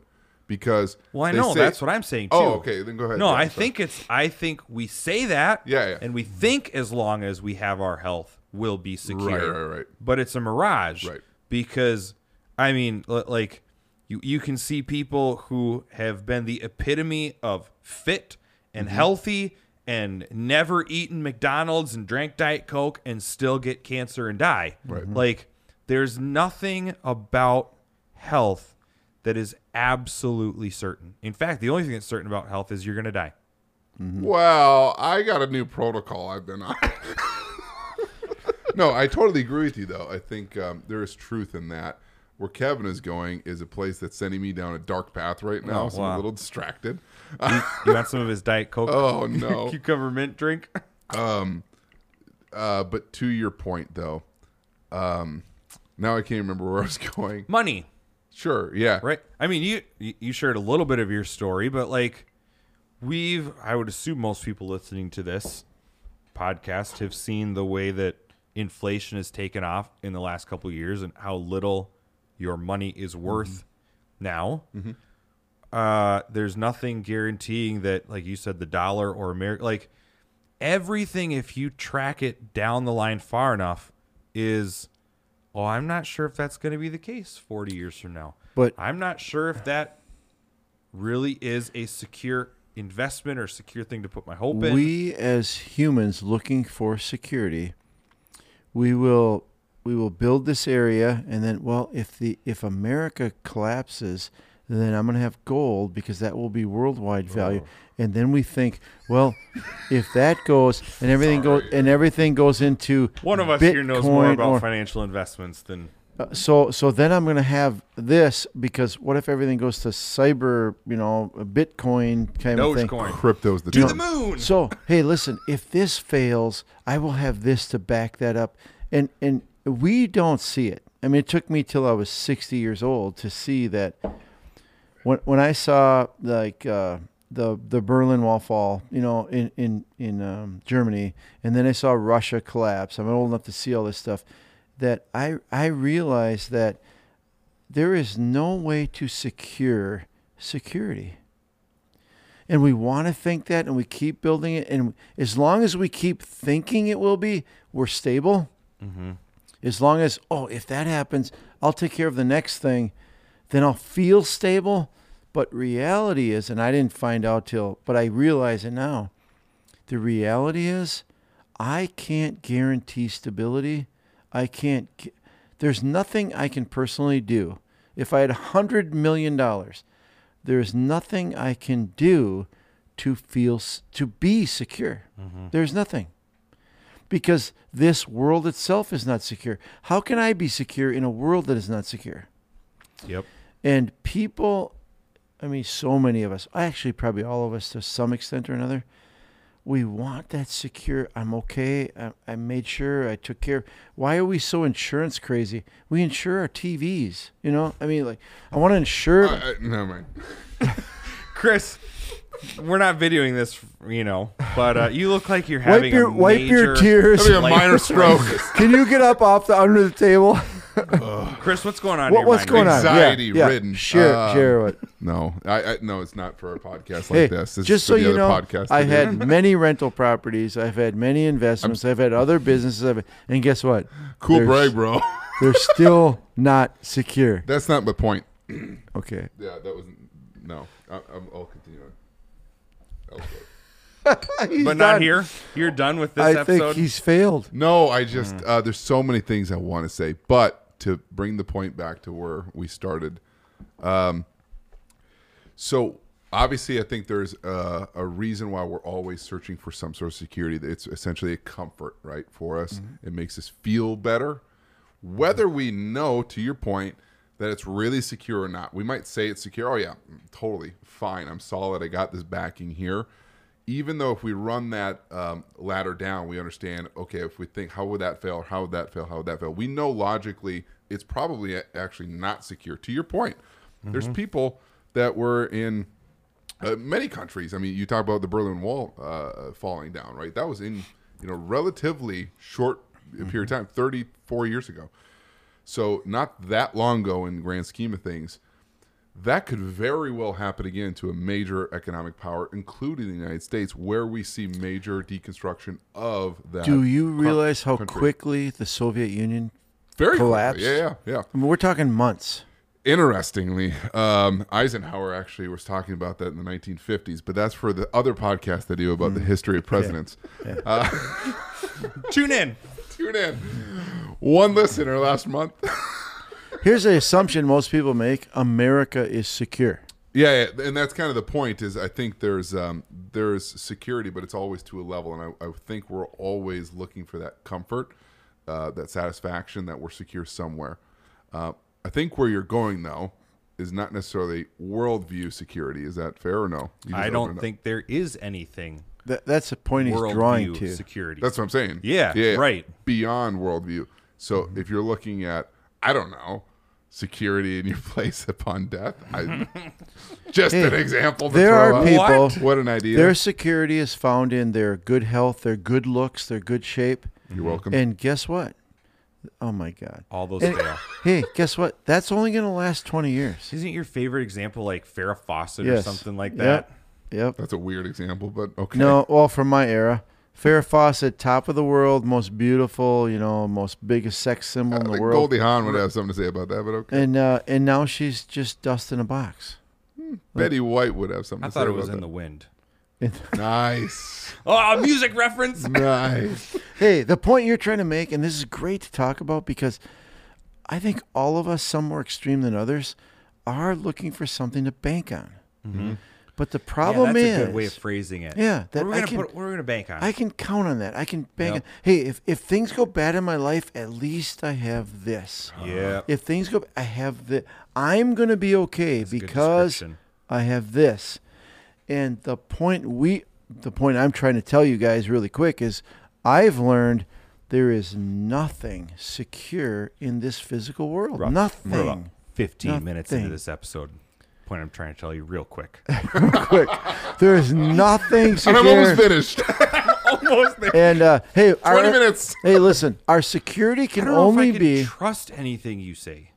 Speaker 2: Because
Speaker 1: Well, I
Speaker 2: they
Speaker 1: know
Speaker 2: say-
Speaker 1: that's what I'm saying too.
Speaker 2: Oh, okay, then go ahead.
Speaker 1: No,
Speaker 2: Yeah,
Speaker 1: I
Speaker 2: I'm sorry.
Speaker 1: think it's. I think we say that.
Speaker 2: Yeah, yeah.
Speaker 1: And we think as long as we have our health, we'll be secure.
Speaker 2: Right, right, right.
Speaker 1: But it's a mirage.
Speaker 2: Right.
Speaker 1: Because, I mean, l- like, you you can see people who have been the epitome of fit and
Speaker 2: Mm-hmm.
Speaker 1: healthy and never eaten McDonald's and drank Diet Coke and still get cancer and die. Right. Like, there's nothing about health that is absolutely certain. In fact, the only thing that's certain about health is you're going to die. Mm-hmm.
Speaker 2: Well, I got a new protocol I've been on. *laughs* no, I totally agree with you, though. I think um, there is truth in that. Where Kevin is going is a place that's sending me down a dark path right now,
Speaker 1: Oh,
Speaker 2: so I'm
Speaker 1: wow.
Speaker 2: a little distracted.
Speaker 1: You want some of his Diet Coke?
Speaker 2: Oh, no.
Speaker 1: *laughs* Cucumber mint drink?
Speaker 2: Uh, but to your point, though, um, now I can't remember where I was *laughs* going.
Speaker 1: Money,
Speaker 2: Sure, yeah.
Speaker 1: right? I mean, you you you shared a little bit of your story, but like we've I would assume most people listening to this podcast have seen the way that inflation has taken off in the last couple of years and how little your money is worth now. Uh, there's nothing guaranteeing that, like you said, the dollar or America, like everything, if you track it down the line far enough, is, oh, I'm not sure if that's going to be the case 40 years from now.
Speaker 3: But-
Speaker 1: I'm not sure if that really is a secure investment or secure thing to put my hope in.
Speaker 3: we as humans looking for security we will we will build this area and then well if the if america collapses then i'm going to have gold because that will be worldwide
Speaker 1: Oh.
Speaker 3: value and then we think well if that goes and everything goes and everything goes into
Speaker 1: One of us here knows more
Speaker 3: Bitcoin
Speaker 1: about
Speaker 3: or-
Speaker 1: financial investments than
Speaker 3: uh, so so then I'm going to have this because what if everything goes to cyber, you know, Bitcoin kind of thing?
Speaker 1: Dogecoin.
Speaker 2: Crypto's the term.
Speaker 1: moon.
Speaker 3: So hey, listen, if this fails, I will have this to back that up, and and we don't see it. I mean, it took me till I was sixty years old to see that. When when I saw like uh, the the Berlin Wall fall, you know, in in in um, Germany, and then I saw Russia collapse. I'm old enough to see all this stuff. That I I realized that there is no way to secure security and we want to think that and we keep building it and as long as we keep thinking it will be we're stable as long as oh if that happens i'll take care of the next thing then i'll feel stable but reality is and i didn't find out till but i realize it now the reality is i can't guarantee stability i can't gu- there's nothing i can personally do if i had a hundred million dollars there's nothing I can do to feel s- to be secure. There's nothing because this world itself is not secure. How can I be secure in a world that is not secure?
Speaker 1: Yep.
Speaker 3: And people, I mean, so many of us, actually, probably all of us to some extent or another, we want that secure. I'm okay. I, I made sure I took care. Why are we so insurance crazy? We insure our TVs, you know? I mean, like, I want to insure.
Speaker 2: I, I, never mind.
Speaker 1: Chris, we're not videoing this, you know, but uh, you look like you're
Speaker 3: Wipe
Speaker 1: having
Speaker 3: your
Speaker 1: a
Speaker 3: wipe your
Speaker 1: major-
Speaker 3: tears.
Speaker 2: Having a
Speaker 1: Life
Speaker 2: minor stroke.
Speaker 1: crisis.
Speaker 2: *laughs*
Speaker 3: Can you get up off the under the table?
Speaker 1: Chris, what's going on?
Speaker 3: What-
Speaker 1: here,
Speaker 3: what's
Speaker 1: Mike?
Speaker 3: going on? Yeah,
Speaker 2: Anxiety
Speaker 3: yeah.
Speaker 2: ridden.
Speaker 3: Share,
Speaker 2: Um,
Speaker 3: share what.
Speaker 2: No, I, I no, it's not for a podcast like
Speaker 3: Hey,
Speaker 2: this. This is
Speaker 3: just so
Speaker 2: for the
Speaker 3: you
Speaker 2: other
Speaker 3: know,
Speaker 2: podcast
Speaker 3: I
Speaker 2: to do.
Speaker 3: had many rental properties. I've had many investments. i have had other businesses. I've, and guess what?
Speaker 2: *laughs* cool
Speaker 3: There's-
Speaker 2: brag, bro. *laughs*
Speaker 3: They're still not secure.
Speaker 2: That's not my point.
Speaker 3: Okay.
Speaker 2: Yeah, that was no. I, I'm, I'll continue on. Elsewhere.
Speaker 1: But not here. You're done with this
Speaker 3: I
Speaker 1: episode.
Speaker 3: think he's failed.
Speaker 2: No, I just uh, there's so many things I want to say, but to bring the point back to where we started, um, so obviously I think there's a, a reason why we're always searching for some sort of security. It's essentially a comfort, right, for us. It makes us feel better, whether we know, to your point, that it's really secure or not. We might say it's secure. Oh yeah, totally fine. I'm solid. I got this backing here even though if we run that um, ladder down, we understand, okay, if we think, how would that fail? How would that fail? How would that fail? We know logically it's probably a- actually not secure. To your point, there's people that were in uh, many countries. I mean, you talk about the Berlin Wall uh, falling down, right? That was in, you know, relatively short
Speaker 3: Mm-hmm.
Speaker 2: period of time, 34 years ago. So not that long ago in grand scheme of things, that could very well happen again to a major economic power, including the United States, where we see major deconstruction of that.
Speaker 3: Do you
Speaker 2: coun-
Speaker 3: realize how
Speaker 2: country.
Speaker 3: quickly the Soviet Union?
Speaker 2: very quickly.
Speaker 3: collapsed?
Speaker 2: Yeah, yeah, yeah.
Speaker 3: I mean, we're talking months.
Speaker 2: Interestingly, um, Eisenhower actually was talking about that in the 1950s, but that's for the other podcast they do about the history
Speaker 3: *laughs*
Speaker 2: of presidents.
Speaker 1: Tune in.
Speaker 2: Tune in. One listener last month.
Speaker 3: Here's the assumption most people make: America is secure.
Speaker 2: Yeah, yeah, and that's kind of the point. Is I think there's um, there's security, but it's always to a level, and I, I think we're always looking for that comfort, uh, that satisfaction that we're secure somewhere. Uh, I think where you're going though is not necessarily worldview security. Is that fair or no? You just
Speaker 1: I
Speaker 2: opened
Speaker 1: don't
Speaker 2: it up.
Speaker 1: think there is anything
Speaker 3: That, that's the point he's drawing
Speaker 1: worldview
Speaker 3: to.
Speaker 1: security.
Speaker 2: that's what I'm saying.
Speaker 1: Yeah, right. Mm-hmm.
Speaker 2: Beyond worldview. So if you're looking at, I don't know, security in your *laughs* place upon death,
Speaker 1: *laughs*
Speaker 2: I, just an example. To
Speaker 3: There
Speaker 2: throw
Speaker 3: are
Speaker 2: out.
Speaker 3: people.
Speaker 2: What an idea.
Speaker 3: Their security is found in their good health, their good looks, their good shape.
Speaker 2: You're welcome.
Speaker 3: And guess what? Oh my God.
Speaker 1: All those
Speaker 3: And-
Speaker 1: fail.
Speaker 3: hey, guess what? That's only going to last 20 years.
Speaker 1: Isn't your favorite example like Farrah Fawcett or
Speaker 3: Yes.
Speaker 1: something like that?
Speaker 3: Yep. Yep.
Speaker 2: That's a weird example, but okay.
Speaker 3: No, well, from my era. Farrah Fawcett, top of the world, most beautiful, you know, most biggest sex symbol in the
Speaker 2: Uh, Like
Speaker 3: world.
Speaker 2: Goldie Hawn would have something to say about that, but okay.
Speaker 3: And uh, and now she's just dust in a box.
Speaker 2: Betty White would have something
Speaker 1: I
Speaker 2: to say
Speaker 1: thought it
Speaker 2: about
Speaker 1: was in
Speaker 2: that.
Speaker 1: the wind.
Speaker 3: And- *laughs*
Speaker 1: *laughs*
Speaker 2: Nice.
Speaker 1: Oh, a music reference.
Speaker 2: nice.
Speaker 3: hey, the point you're trying to make, and this is great to talk about because I think all of us, some more extreme than others, are looking for something to bank on. But the problem
Speaker 1: Mm-hmm. yeah, that's
Speaker 3: is,
Speaker 1: a good way of phrasing it.
Speaker 3: Yeah,
Speaker 1: that
Speaker 3: that
Speaker 1: we're
Speaker 3: I
Speaker 1: gonna
Speaker 3: can-
Speaker 1: put, we're gonna bank on.
Speaker 3: I can count on that. I can bank.
Speaker 1: Yep.
Speaker 3: On, hey, if, if things go bad in my life, at least I have
Speaker 1: Uh-huh.
Speaker 3: this.
Speaker 1: yeah,
Speaker 3: If things go, I have the. I'm gonna be okay
Speaker 1: a good
Speaker 3: because
Speaker 1: description.
Speaker 3: I have this. And the point we, the point I'm trying to tell you guys really quick is, I've learned there is nothing secure in this physical world.
Speaker 1: Rough.
Speaker 3: Nothing.
Speaker 1: We're about 15 minutes into
Speaker 3: Nothing.
Speaker 1: this episode. Point I'm trying to tell you real
Speaker 3: *laughs*
Speaker 1: quick.
Speaker 3: Quick, there is
Speaker 1: *laughs*
Speaker 3: nothing secure.
Speaker 2: And I'm almost finished.
Speaker 3: *laughs*
Speaker 2: 20
Speaker 1: Almost there.
Speaker 3: and uh,
Speaker 1: *laughs*
Speaker 3: hey, 20
Speaker 2: minutes.
Speaker 3: Hey, listen, our security
Speaker 1: I
Speaker 3: can
Speaker 1: don't know if I
Speaker 3: only
Speaker 1: can
Speaker 3: be
Speaker 1: trust anything you say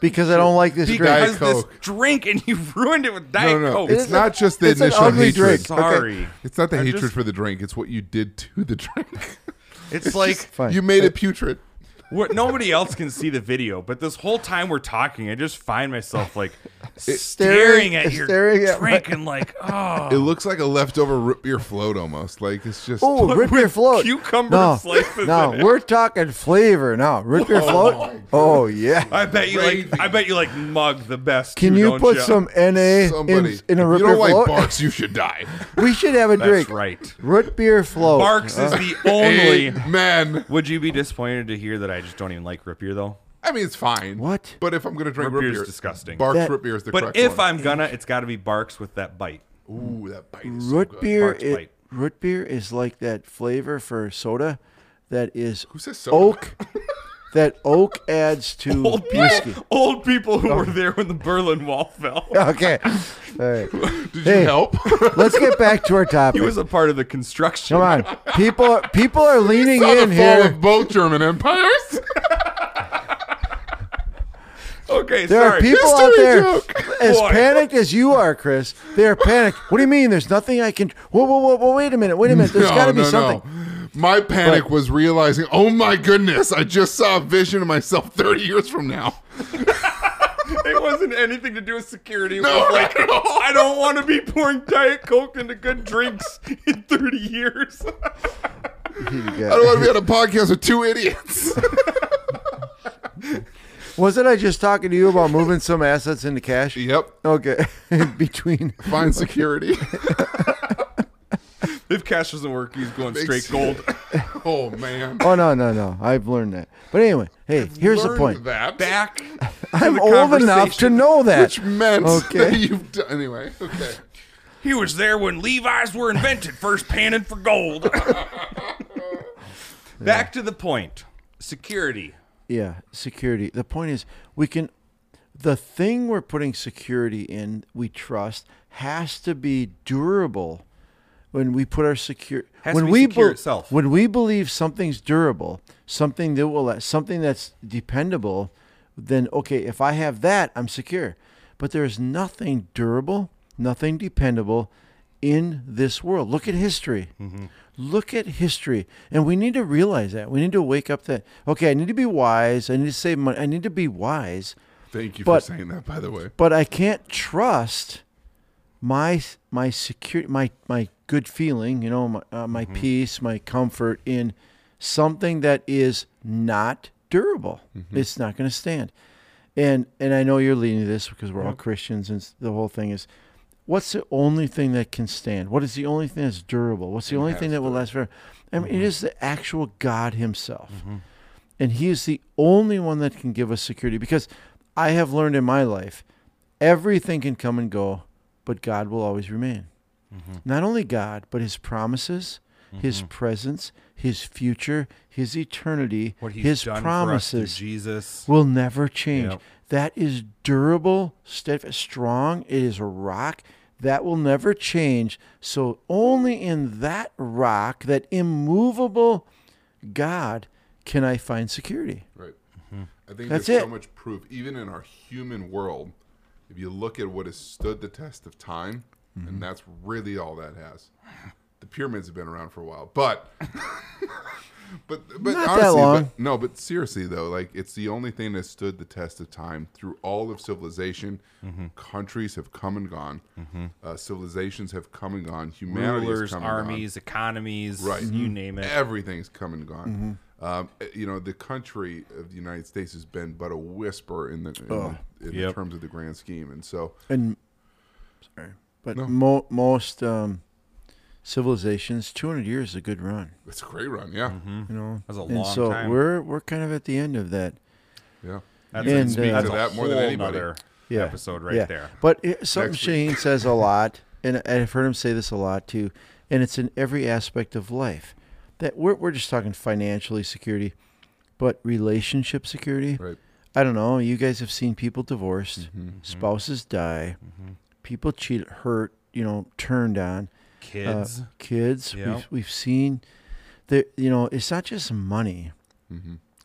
Speaker 3: because I don't like this drink.
Speaker 1: because
Speaker 2: Diet
Speaker 1: this
Speaker 2: Coke.
Speaker 1: drink and you *laughs* ruined it with diet
Speaker 2: No, no,
Speaker 1: coke.
Speaker 2: it's
Speaker 3: is
Speaker 2: not
Speaker 3: a-
Speaker 2: just the
Speaker 3: it's an
Speaker 2: initial
Speaker 3: ugly
Speaker 2: hatred.
Speaker 3: drink.
Speaker 2: Okay.
Speaker 1: Sorry.
Speaker 2: It's not the
Speaker 1: I'm
Speaker 2: hatred
Speaker 1: just-
Speaker 2: for the drink. It's what you did to the drink.
Speaker 1: It's, like
Speaker 2: *laughs*
Speaker 3: Fine.
Speaker 2: You made it putrid.
Speaker 1: we're- nobody else can see the video, but this whole time we're talking, I just find myself
Speaker 2: *laughs*
Speaker 1: like staring at your
Speaker 3: staring at my-
Speaker 1: drink and
Speaker 2: *laughs*
Speaker 1: like, oh,
Speaker 2: It looks like a leftover root beer float almost. Like it's just.
Speaker 3: Oh, root beer float.
Speaker 1: cucumber
Speaker 3: no,
Speaker 1: slices
Speaker 3: no,
Speaker 1: in it.
Speaker 3: we're talking flavor now. Root beer float. Oh yeah.
Speaker 1: I bet you like I bet you like mug the best.
Speaker 3: Can
Speaker 1: too,
Speaker 3: you
Speaker 1: don't
Speaker 3: put
Speaker 1: ya?
Speaker 3: some NA
Speaker 2: somebody.
Speaker 3: in, in a
Speaker 2: if you
Speaker 3: root beer
Speaker 2: don't like
Speaker 3: float?
Speaker 2: Barks, you should
Speaker 3: *laughs*
Speaker 2: die.
Speaker 3: We should have a
Speaker 1: That's
Speaker 3: drink.
Speaker 1: right.
Speaker 3: Root beer
Speaker 2: Oh,
Speaker 3: float. Uh,
Speaker 1: Barks
Speaker 2: uh,
Speaker 1: is the only.
Speaker 2: Amen.
Speaker 1: Would you be disappointed to hear that I just don't even like root beer though?
Speaker 2: I mean, it's fine.
Speaker 3: What?
Speaker 2: But if I'm going to drink
Speaker 1: Root
Speaker 2: root,
Speaker 1: beer's
Speaker 2: beer,
Speaker 1: disgusting.
Speaker 2: Barks
Speaker 3: That-
Speaker 2: root beer is the
Speaker 1: But
Speaker 2: correct
Speaker 1: if
Speaker 2: one.
Speaker 1: I'm gonna, it's got to be Barks with that bite.
Speaker 2: Ooh, that bite is so
Speaker 3: root
Speaker 2: good.
Speaker 3: beer.
Speaker 1: Barks
Speaker 3: It,
Speaker 1: bite.
Speaker 3: root beer is like that flavor for soda, that is
Speaker 2: Who says soda?
Speaker 3: oak. that oak
Speaker 1: *laughs*
Speaker 3: adds to
Speaker 1: Old people,
Speaker 3: whiskey.
Speaker 1: old people who
Speaker 2: Oh.
Speaker 1: were there when the Berlin Wall fell.
Speaker 3: Okay. All right.
Speaker 2: Did
Speaker 3: Hey.
Speaker 2: you
Speaker 3: *laughs*
Speaker 2: help?
Speaker 3: Let's get back to
Speaker 1: *laughs*
Speaker 3: our
Speaker 1: He
Speaker 3: topic.
Speaker 1: was a part of the construction. *laughs*
Speaker 3: Come on, people! People are leaning
Speaker 2: Saw
Speaker 3: in
Speaker 2: the fall
Speaker 3: here.
Speaker 2: of both German empires.
Speaker 1: Okay,
Speaker 3: There
Speaker 1: sorry.
Speaker 3: are people
Speaker 2: just
Speaker 3: out
Speaker 2: doing a
Speaker 3: there
Speaker 2: joke.
Speaker 3: *laughs* as
Speaker 1: Boy.
Speaker 3: panicked as you are, Chris. They are panicked. What do you mean? There's nothing I can. Whoa, whoa, whoa, whoa! Wait a minute! Wait a minute! *laughs* There's got to be something.
Speaker 2: No. My panic
Speaker 3: But-
Speaker 2: was realizing, oh my goodness, I just saw a vision of myself 30 years from now.
Speaker 1: it wasn't anything to do with security. It
Speaker 2: No,
Speaker 1: was
Speaker 2: not at all.
Speaker 1: I don't want to be pouring Diet Coke into good drinks in 30 years. *laughs*
Speaker 3: Here you
Speaker 2: I
Speaker 3: go.
Speaker 2: don't want to be on a podcast with two idiots. *laughs*
Speaker 3: Wasn't I just talking to you about moving some assets into
Speaker 2: *laughs*
Speaker 3: cash?
Speaker 2: yep.
Speaker 3: Okay, *laughs* between
Speaker 2: Fine
Speaker 3: *laughs*
Speaker 2: security.
Speaker 1: if cash doesn't work, he's going
Speaker 2: Makes-
Speaker 1: straight
Speaker 2: *laughs*
Speaker 1: gold.
Speaker 2: oh man.
Speaker 3: Oh no, no, no! I've learned that. But anyway, hey, here's the
Speaker 2: Learned
Speaker 3: point.
Speaker 2: That.
Speaker 1: Back. to
Speaker 3: I'm
Speaker 1: the
Speaker 3: old enough to
Speaker 1: conversation.
Speaker 3: know that.
Speaker 2: Which meant
Speaker 3: Okay.
Speaker 2: that you've done anyway. Okay.
Speaker 1: He was there when Levi's were invented, first panning for gold. *laughs* Back to the point. Security.
Speaker 3: Yeah, security. The point is, we can. The thing we're putting security in, we trust, has to be durable. When we put our secure,
Speaker 1: Has to
Speaker 3: when
Speaker 1: be
Speaker 3: we
Speaker 1: secure
Speaker 3: bel-
Speaker 1: itself.
Speaker 3: when we believe something's durable, something that will, something that's dependable, then okay, if I have that, I'm secure. But there is nothing durable, nothing dependable in this world. Look at history.
Speaker 1: Mm-hmm.
Speaker 3: Look at history. And we need to realize that. We need to wake up that, okay, I need to be wise. I need to save money. I need to be wise,
Speaker 2: Thank you
Speaker 3: But-
Speaker 2: for saying that by the way.
Speaker 3: but I can't trust my my security, my my good feeling, you know, my, uh, my peace, my comfort in something that is not durable. It's not going to stand. And and I know you're leading to this because we're all Christians, and s- the whole thing is, what's the only thing that can stand? What is the only thing that's durable? What's the only thing that will last forever? I mean, it is the actual God Himself and he is the only one that can give us security because i have learned in my life everything can come and go but god will always remain
Speaker 1: Mm-hmm.
Speaker 3: not only god but his promises his presence his future his eternity
Speaker 1: What he's
Speaker 3: his
Speaker 1: done for us
Speaker 3: promises
Speaker 1: through Jesus.
Speaker 3: will never change
Speaker 1: Yep.
Speaker 3: that is durable steadfast strong it is a rock that will never change so only in that rock that immovable god can i find security
Speaker 2: Right.
Speaker 1: Mm-hmm.
Speaker 2: I think
Speaker 3: That's
Speaker 2: there's so
Speaker 3: it.
Speaker 2: much proof, even in our human world, if you look at what has stood the test of time,
Speaker 1: Mm-hmm.
Speaker 2: and that's really all that has. The pyramids have been around for a while, but *laughs* but but
Speaker 3: Not that
Speaker 2: honestly,
Speaker 3: long.
Speaker 2: But, no, but seriously though, like it's the only thing that stood the test of time through all of civilization.
Speaker 1: Mm-hmm.
Speaker 2: Countries have come and gone, uh, civilizations have come and gone, humanity has
Speaker 1: Rulers,
Speaker 2: come and gone
Speaker 1: armies, economies,
Speaker 2: Right.
Speaker 1: you name it.
Speaker 2: everything's come and gone.
Speaker 3: Mm-hmm.
Speaker 2: Um, eh, you know, the country of the United States has been but a whisper in the in,
Speaker 3: Oh.
Speaker 2: the, in the
Speaker 1: Yep.
Speaker 2: terms of the grand scheme, and so
Speaker 3: and sorry, but mo- most um, civilizations, 200 years is a good run.
Speaker 2: it's a great run. Yeah,
Speaker 1: Mm-hmm.
Speaker 3: You know,
Speaker 1: That's a
Speaker 3: and
Speaker 1: long
Speaker 3: so
Speaker 1: time.
Speaker 3: we're we're kind of at the end of that.
Speaker 2: yeah.
Speaker 1: That's,
Speaker 3: And,
Speaker 1: a,
Speaker 3: uh,
Speaker 1: that's
Speaker 2: to
Speaker 1: a
Speaker 2: that more than
Speaker 1: whole
Speaker 2: anybody.
Speaker 1: nother
Speaker 3: Yeah.
Speaker 1: episode right
Speaker 3: yeah.
Speaker 1: there.
Speaker 3: But it, something
Speaker 2: Next
Speaker 3: Shane says a lot, and I've heard him say this a lot too, and it's in every aspect of life. That we're we're just talking financially security, but relationship security.
Speaker 2: Right.
Speaker 3: I don't know. You guys have seen people divorced, spouses die, people cheat, hurt, you know, turned on. uh,
Speaker 1: Kids.
Speaker 3: kids.
Speaker 1: Yeah.
Speaker 3: We've, we've seen that, you know, it's not just money,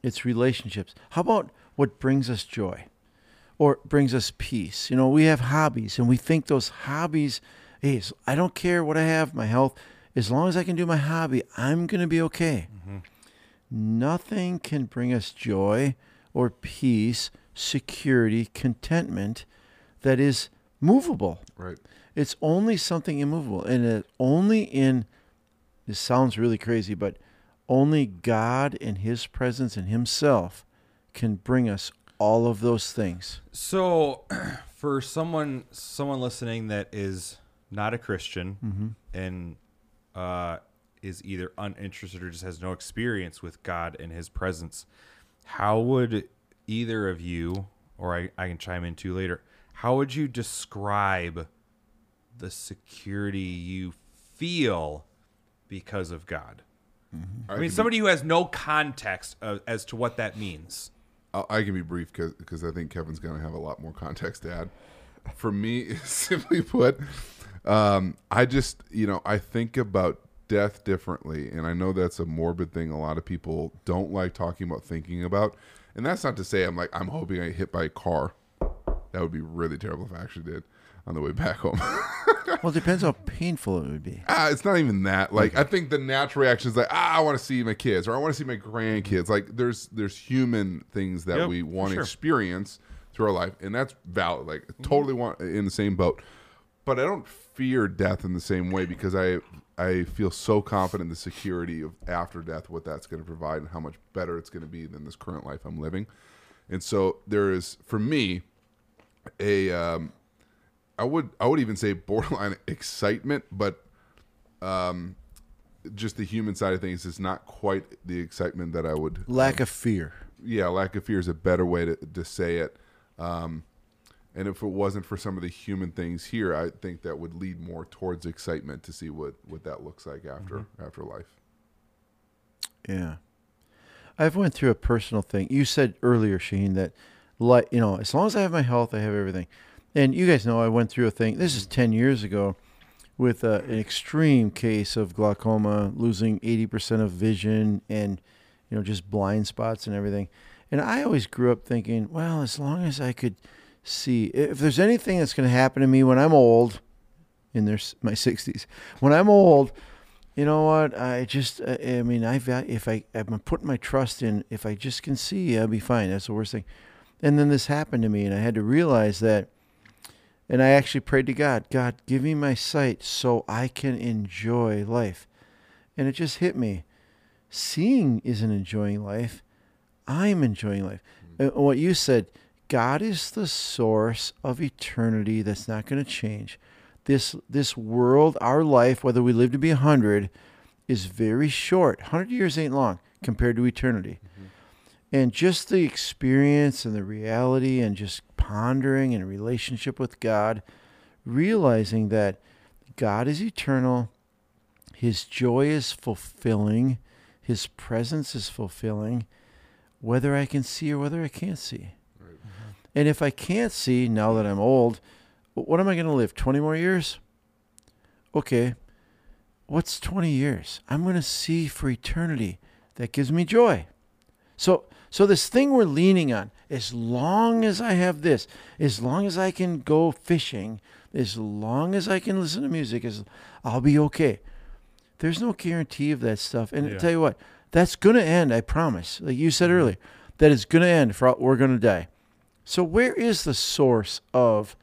Speaker 3: it's relationships. How about what brings us joy or brings us peace? You know, we have hobbies and we think those hobbies, hey, s- I don't care what I have, my health, as long as I can do my hobby, I'm going to be okay. Nothing can bring us joy or peace, security, contentment that is movable.
Speaker 2: Right.
Speaker 3: It's only something immovable, and it only in. This sounds really crazy, but only God and His presence and Himself can bring us all of those things.
Speaker 1: So, *clears throat* for someone someone listening that is not a Christian and uh, is either uninterested or just has no experience with God and His presence, how would either of you, or I, I can chime in too later, how would you describe the security you feel because of God? I mean, somebody who has no context of, as to what that means.
Speaker 2: I'll, I can be brief because I think Kevin's going to have a lot more context to add. For me, *laughs* simply put, um, I just, you know, I think about death differently. And I know that's a morbid thing a lot of people don't like talking about, thinking about. And that's not to say I'm like I'm hoping I get hit by a car. That would be really terrible if I actually did on the way back home. *laughs*
Speaker 3: Well, it depends how painful it would be.
Speaker 2: ah, it's not even that. Like I think the natural reaction is like ah, I want to see my kids or I want to see my grandkids. Like there's there's human things that
Speaker 1: Yep,
Speaker 2: we
Speaker 1: for
Speaker 2: want to
Speaker 1: sure. Mm-hmm.
Speaker 2: experience through our life, and that's valid. Like I totally want in the same boat, but I don't fear death in the same way because I I feel so confident in the security of after death, what that's going to provide, and how much better it's going to be than this current life I'm living. And so there is for me a um, I would I would even say borderline *laughs* excitement, but um, just the human side of things is not quite the excitement that I would.
Speaker 3: Lack of fear.
Speaker 2: Yeah, lack of fear is a better way to, to say it. Um, and if it wasn't for some of the human things here, I think that would lead more towards excitement to see what what that looks like after
Speaker 1: Mm-hmm.
Speaker 2: after life.
Speaker 3: Yeah. I've went through a personal thing. You said earlier, Shaheen, that like you know, as long as I have my health, I have everything. And you guys know I went through a thing. This is ten years ago, with uh, an extreme case of glaucoma, losing eighty percent of vision, and you know just blind spots and everything. And I always grew up thinking, well, as long as I could see, if there's anything that's going to happen to me when I'm old, in their s- my sixties, when I'm old, you know what? I just, I I mean, I val- if I I'm putting my trust in, if I just can see, I'll be fine. That's the worst thing. And then this happened to me, and I had to realize that. And I actually prayed to God, God, give me my sight so I can enjoy life. And it just hit me. Seeing isn't enjoying life. I'm enjoying life. And what you said, God is the source of eternity that's not going to change. This this world, our life, whether we live to be 100 is very short. 100 years ain't long compared to eternity. And just the experience and the reality and just pondering and relationship with God, realizing that God is eternal, his joy is fulfilling, his presence is fulfilling whether I can see or whether I can't see.
Speaker 2: Right.
Speaker 3: And if I can't see now that I'm old, wh- what am I going to live? 20 more years? Okay. What's 20 years? I'm going to see for eternity. That gives me joy. So so this thing we're leaning on, as long as I have this, as long as I can go fishing, as long as I can listen to music, as I'll be okay. There's no guarantee of that stuff. And
Speaker 1: Yeah.
Speaker 3: I tell you what, that's going to end, I promise. Like you said earlier, that it's going to end for all- we're going to die. So where is the source of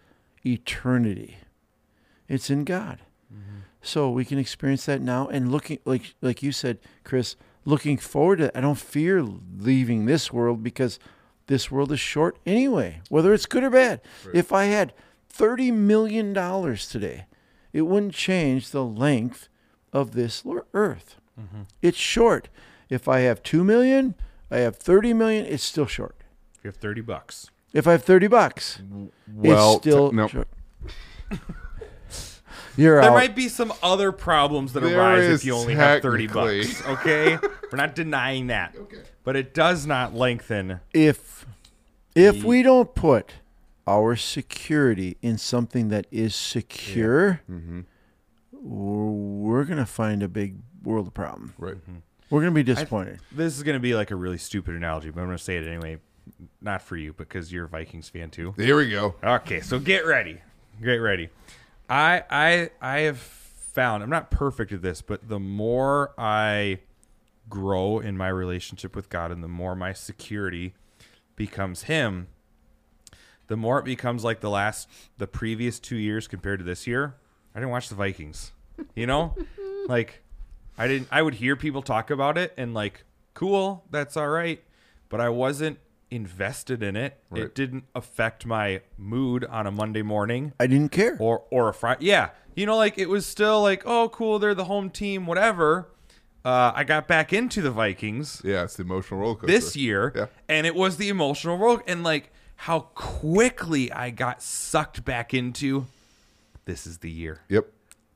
Speaker 3: eternity? It's in God. So we can experience that now and looking like like you said, Chris, looking forward to it. I don't fear leaving this world because this world is short anyway, whether it's good or bad. If I had thirty million dollars today, it wouldn't change the length of this l- earth.
Speaker 2: Mm-hmm.
Speaker 3: It's short. If I have two million, I have thirty million, it's still short.
Speaker 1: If you have 30 bucks.
Speaker 3: If I have thirty bucks,
Speaker 2: Well,
Speaker 3: it's still
Speaker 2: no.
Speaker 3: short. *laughs* You're
Speaker 1: There
Speaker 3: out.
Speaker 1: might be some other problems that
Speaker 2: There
Speaker 1: arise if
Speaker 2: is
Speaker 1: you only have 30
Speaker 2: technically.
Speaker 1: bucks.
Speaker 2: *laughs*
Speaker 1: Okay? We're not denying that.
Speaker 2: Okay.
Speaker 1: But it does not lengthen.
Speaker 3: if if we don't put our security in something that is secure,
Speaker 2: Mm-hmm.
Speaker 3: we're, we're gonna find a big world of problem.
Speaker 2: Right.
Speaker 1: Mm-hmm.
Speaker 3: We're gonna be disappointed.
Speaker 1: This is going to be like a really stupid analogy, but I'm going to say it anyway. Not for you, because you're a Vikings fan too.
Speaker 2: Here we go.
Speaker 1: Okay, so get ready. Get ready. I I I have found I'm not perfect at this, but the more I grow in my relationship with God and the more my security becomes him, the more it becomes like the last the previous 2 years compared to this year. I didn't watch the Vikings. You know? like I didn't I would hear people talk about it and like cool, that's all right, but I wasn't invested in it. It
Speaker 2: Right.
Speaker 1: didn't affect my mood on a Monday morning
Speaker 3: I didn't care.
Speaker 1: or or a Friday. Yeah, you know, like it was still like, oh, cool, they're the home team, whatever. Uh, I got back into the Vikings
Speaker 2: Yeah, it's the emotional roller coaster.
Speaker 1: this year,
Speaker 2: Yeah.
Speaker 1: and it was the emotional role, and like how quickly I got sucked back into. This is the year.
Speaker 2: Yep.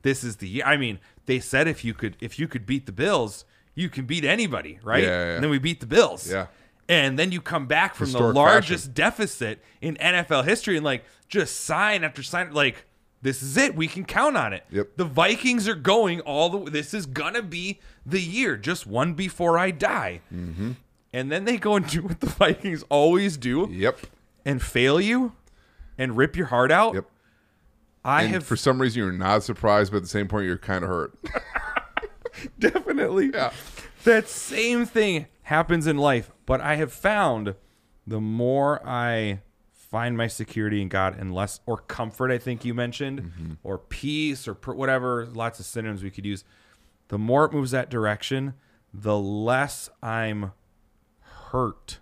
Speaker 1: This is the year. I mean, they said if you could if you could beat the Bills, you can beat anybody, right?
Speaker 2: Yeah, yeah, yeah.
Speaker 1: And then we beat the Bills.
Speaker 2: Yeah.
Speaker 1: And then you come back from
Speaker 2: Historic
Speaker 1: the largest deficit in NFL history and like just sign after sign like this is it. We can count on it.
Speaker 2: Yep.
Speaker 1: The Vikings are
Speaker 2: Mm-hmm.
Speaker 1: going all the way. This is gonna be the year, just one before I die. and then they go and do what the Vikings always do
Speaker 2: Yep.
Speaker 1: and fail you and rip your heart out.
Speaker 2: Yep.
Speaker 1: I
Speaker 2: And
Speaker 1: have
Speaker 2: for some reason you're not surprised, but at the same point you're kind of hurt.
Speaker 1: *laughs* definitely
Speaker 2: Yeah.
Speaker 1: that same thing happens in life, but I have found the more I find my security in God and less or comfort, I think you mentioned,
Speaker 2: Mm-hmm.
Speaker 1: or peace or per, whatever, lots of synonyms we could use, the more it moves that direction, the less I'm hurt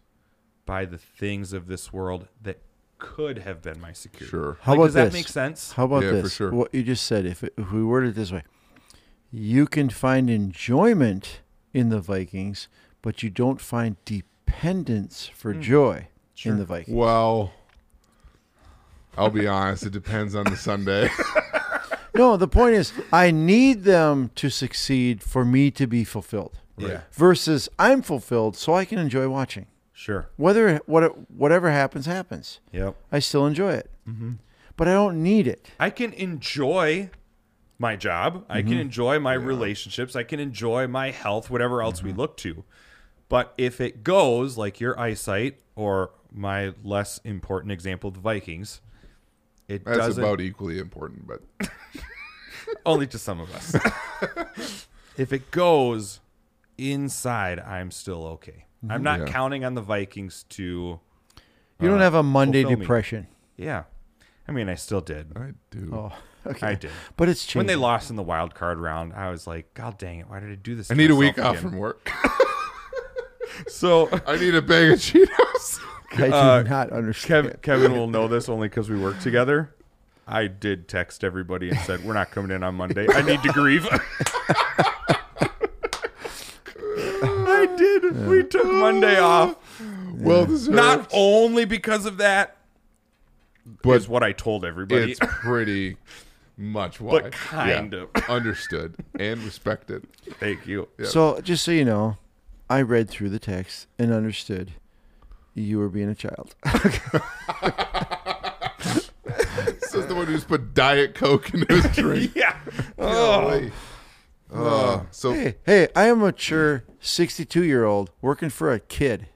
Speaker 1: by the things of this world that could have been my security.
Speaker 2: Sure.
Speaker 3: How
Speaker 1: Like,
Speaker 3: about
Speaker 1: does that
Speaker 3: this?
Speaker 1: make sense?
Speaker 3: How about
Speaker 2: Yeah, for
Speaker 3: this?
Speaker 2: sure.
Speaker 3: What you just said, if, if we word it this way, you can find enjoyment in the Vikings, but you don't find dependence for
Speaker 2: Hmm.
Speaker 3: joy in the Vikings.
Speaker 2: Well, I'll be honest. It depends on the Sunday. *laughs*
Speaker 3: No, the point is, I need them to succeed for me to be fulfilled.
Speaker 1: Yeah.
Speaker 3: Versus, I'm fulfilled so I can enjoy watching.
Speaker 1: Sure.
Speaker 3: Whether what whatever happens happens,
Speaker 1: Yep.
Speaker 3: I still enjoy it.
Speaker 1: Mm-hmm.
Speaker 3: But I don't need it.
Speaker 1: I can enjoy my job. I
Speaker 2: Mm-hmm.
Speaker 1: can enjoy my relationships. I can enjoy my health, whatever else
Speaker 2: Mm-hmm.
Speaker 1: we look to. But if it goes like your eyesight or my less important example, the Vikings, it
Speaker 2: That's
Speaker 1: doesn't
Speaker 2: about equally important, but
Speaker 1: only to some of us.
Speaker 2: *laughs*
Speaker 1: if it goes inside, I'm still okay. I'm not
Speaker 2: Mm-hmm. Yeah.
Speaker 1: counting on the Vikings to,
Speaker 3: You don't have a
Speaker 1: Uh,
Speaker 3: Monday
Speaker 1: fulfill me.
Speaker 3: depression.
Speaker 1: yeah. I mean, I still did.
Speaker 2: I do.
Speaker 3: Oh, okay.
Speaker 1: I did.
Speaker 3: But it's changing.
Speaker 1: When
Speaker 2: Mm.
Speaker 1: they lost in the wild card round, I was like, God dang it, why did I do this?
Speaker 2: I
Speaker 1: to
Speaker 2: need a
Speaker 1: myself
Speaker 2: week off
Speaker 1: again?"
Speaker 2: from work.
Speaker 1: *laughs*
Speaker 2: *laughs*
Speaker 1: So
Speaker 2: I need a bag
Speaker 1: *laughs*
Speaker 2: of Cheetos.
Speaker 3: I do
Speaker 1: uh,
Speaker 3: not understand.
Speaker 1: Kev- Kevin will know this only because we work together. I did text everybody and said, We're not coming in on Monday. I need to grieve. *laughs* I did. We took Monday
Speaker 2: Oh,
Speaker 1: off.
Speaker 2: Well deserved.
Speaker 1: Not only because of that,
Speaker 2: But-
Speaker 1: is what I told everybody.
Speaker 2: it's pretty much why.
Speaker 1: But kind
Speaker 2: of understood and respected.
Speaker 1: *laughs* Thank you.
Speaker 3: So, just so you know, I read through the text and understood you were being a child. *laughs*
Speaker 2: This is the one who's put Diet Coke in
Speaker 1: *laughs*
Speaker 2: his drink.
Speaker 1: *laughs* Yeah. Oh.
Speaker 2: Golly. Uh, so
Speaker 3: hey, hey, I am a mature 62 year old working for a kid.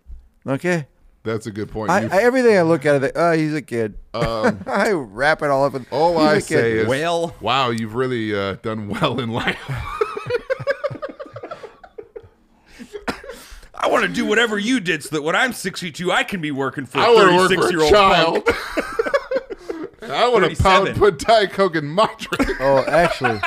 Speaker 3: Okay?
Speaker 2: that's a good point.
Speaker 3: I,
Speaker 2: You-
Speaker 3: I, everything I look at, I think, oh, he's a kid.
Speaker 2: um,
Speaker 3: *laughs* I wrap it all up in.
Speaker 2: all
Speaker 3: *laughs* he's a
Speaker 2: I
Speaker 3: kid.
Speaker 2: say is,
Speaker 1: Well.
Speaker 2: wow, you've really uh, done well in life.
Speaker 1: I want to do whatever you did so that when I'm 62, I can be working for a
Speaker 2: I want to
Speaker 1: 36
Speaker 2: work
Speaker 1: year
Speaker 2: for a
Speaker 1: old
Speaker 2: child. And *laughs* I want to pound
Speaker 1: 37.
Speaker 2: put Diet Coke in my drink.
Speaker 3: *laughs* Oh, actually,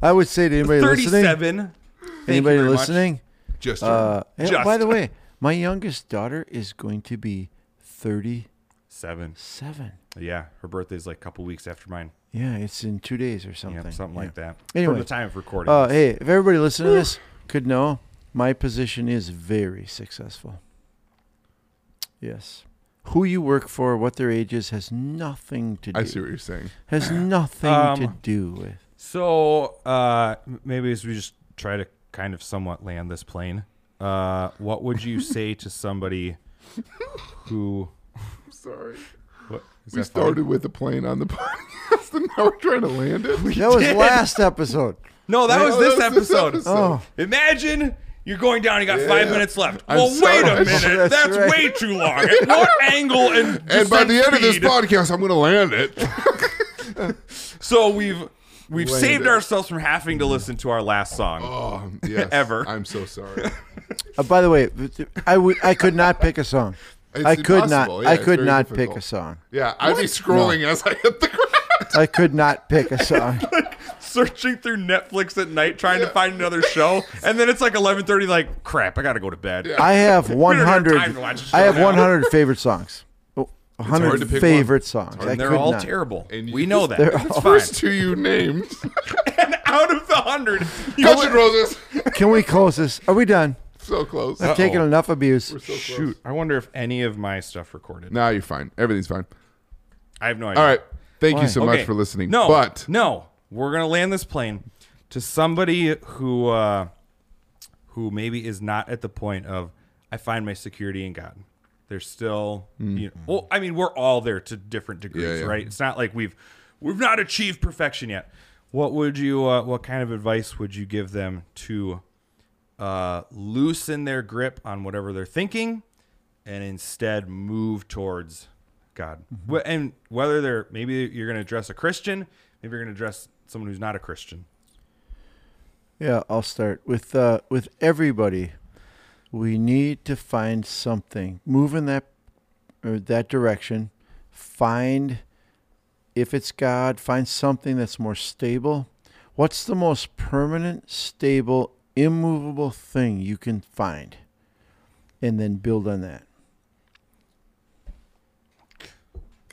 Speaker 3: I would say to anybody listening,
Speaker 1: 37. Thank you
Speaker 3: anybody
Speaker 1: very much.
Speaker 3: listening,
Speaker 2: Just
Speaker 3: uh, yeah,
Speaker 1: Just.
Speaker 3: by the way, my youngest daughter is going to be 37.
Speaker 1: Seven. Yeah, her birthday's like a couple weeks after mine.
Speaker 3: Yeah, it's in two days or
Speaker 1: Yeah,
Speaker 3: something.
Speaker 1: something
Speaker 3: Yeah.
Speaker 1: like that.
Speaker 3: Anyway.
Speaker 1: From the time of recording.
Speaker 3: Uh,
Speaker 1: this.
Speaker 3: hey, if everybody listening to this could know, my position is very successful. Yes. Who you work for, what their age is, has nothing to do.
Speaker 2: I see what you're saying.
Speaker 3: *clears throat* Has nothing to
Speaker 1: Um,
Speaker 3: do with.
Speaker 1: So uh, m- maybe as we just try to kind of somewhat land this plane, uh, what would you say to somebody who.
Speaker 2: I'm sorry.
Speaker 1: What, is
Speaker 2: we
Speaker 1: that funny?
Speaker 2: started with a plane on the *laughs* podcast, and now we're trying to land it.
Speaker 3: *laughs* That was
Speaker 1: did.
Speaker 3: last episode.
Speaker 1: No, oh, that
Speaker 2: No,
Speaker 1: was
Speaker 2: that
Speaker 1: this
Speaker 2: was this
Speaker 1: episode.
Speaker 2: episode.
Speaker 3: Oh,
Speaker 1: Imagine you're going down, you got five
Speaker 2: Yeah.
Speaker 1: minutes left.
Speaker 2: I'm
Speaker 1: well,
Speaker 2: sorry.
Speaker 1: wait a minute. *laughs*
Speaker 3: That's
Speaker 1: That's,
Speaker 3: right.
Speaker 1: way too long. At what *laughs* angle and.
Speaker 2: And by
Speaker 1: descent
Speaker 2: the end of this
Speaker 1: speed?
Speaker 2: podcast, I'm going to land it.
Speaker 1: So we've. We've
Speaker 2: Landed.
Speaker 1: saved ourselves from having to listen to our last song.
Speaker 2: Oh, yes.
Speaker 1: Ever.
Speaker 2: I'm so sorry.
Speaker 3: uh, by the way, I would I could not pick a song.
Speaker 2: It's
Speaker 3: I could
Speaker 2: impossible.
Speaker 3: not.
Speaker 2: Yeah,
Speaker 3: I
Speaker 2: it's
Speaker 3: could
Speaker 2: very
Speaker 3: not pick a
Speaker 2: difficult.
Speaker 3: song.
Speaker 2: Yeah, I'd be scrolling as I hit the ground.
Speaker 3: I could not pick
Speaker 2: *laughs*
Speaker 3: a song.
Speaker 1: Searching through Netflix at night trying to find another show, and then it's like 11:30. Like crap, I gotta go to bed.
Speaker 2: Yeah.
Speaker 3: I have
Speaker 1: don't have
Speaker 3: 100.
Speaker 1: time to watch the show
Speaker 3: I have
Speaker 1: now.
Speaker 3: 100
Speaker 2: *laughs*
Speaker 3: favorite songs. Oh,
Speaker 2: hard to
Speaker 3: 100
Speaker 2: pick one.
Speaker 3: favorite songs. I
Speaker 1: And they're
Speaker 3: could
Speaker 1: all
Speaker 3: not.
Speaker 1: terrible.
Speaker 2: And you
Speaker 1: we
Speaker 2: just-
Speaker 1: know that.
Speaker 3: they're
Speaker 1: It's
Speaker 3: all-
Speaker 1: fine.
Speaker 2: *laughs* First two you named.
Speaker 1: and out of the hundred, you
Speaker 2: Guns N' Roses. *laughs*
Speaker 3: Can we close this? Are we done?
Speaker 2: So close.
Speaker 3: I've taken enough abuse.
Speaker 2: We're so close.
Speaker 1: *laughs* shoot. I wonder if any of my stuff recorded.
Speaker 2: Now you're fine. Everything's fine.
Speaker 1: I have no idea.
Speaker 2: All right. Thank
Speaker 3: Why?
Speaker 2: you so
Speaker 1: Okay.
Speaker 2: much for listening.
Speaker 1: No,
Speaker 2: But
Speaker 1: no, we're gonna land this plane to somebody who uh, who maybe is not at the point of I find my security in God. There's still, you know, well, I mean, we're all there to different degrees,
Speaker 2: Mm. Yeah, yeah.
Speaker 1: right? It's not like we've we've not achieved perfection yet. What would you? Uh, what kind of advice would you give them to uh, loosen their grip on whatever they're thinking and instead move towards God.
Speaker 2: Mm-hmm.
Speaker 1: Wh- And whether they're maybe you're going to address a Christian, maybe you're going to address someone who's not a Christian.
Speaker 3: Yeah, I'll start with uh, with everybody. We need to find something. Move in that or that direction. Find if it's God. Find something that's more stable. What's the most permanent, stable, immovable thing you can find, and then build on that.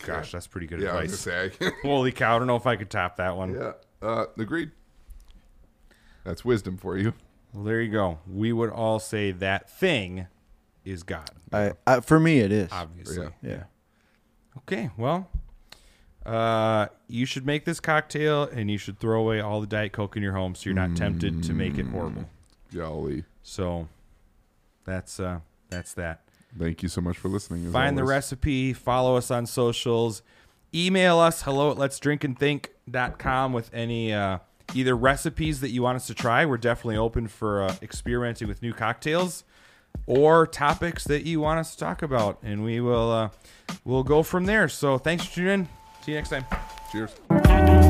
Speaker 1: Gosh, that's pretty good
Speaker 2: Yeah, I was
Speaker 1: advice.
Speaker 2: gonna say.
Speaker 1: Holy cow! I don't know if I could top that one.
Speaker 2: yeah, uh, agreed. That's wisdom for you.
Speaker 1: Well, there you go. We would all say that thing is God,
Speaker 3: I, I for me it is.
Speaker 1: obviously.
Speaker 2: Yeah.
Speaker 3: yeah.
Speaker 1: Okay, well, uh, you should make this cocktail and you should throw away all the Diet Coke in your home so you're not tempted to make it
Speaker 2: Mm.
Speaker 1: horrible.
Speaker 2: Jolly.
Speaker 1: So that's uh, that's that.
Speaker 2: Thank you so much for listening. as
Speaker 1: Find the
Speaker 2: always.
Speaker 1: recipe, follow us on socials, email us hello at let's drink and think.com with any uh, either recipes that you want us to try. We're definitely open for uh, experimenting with new cocktails or topics that you want us to talk about and we will uh, we'll go from there. So thanks for tuning in. See you next time.
Speaker 2: Cheers.
Speaker 4: Thank you.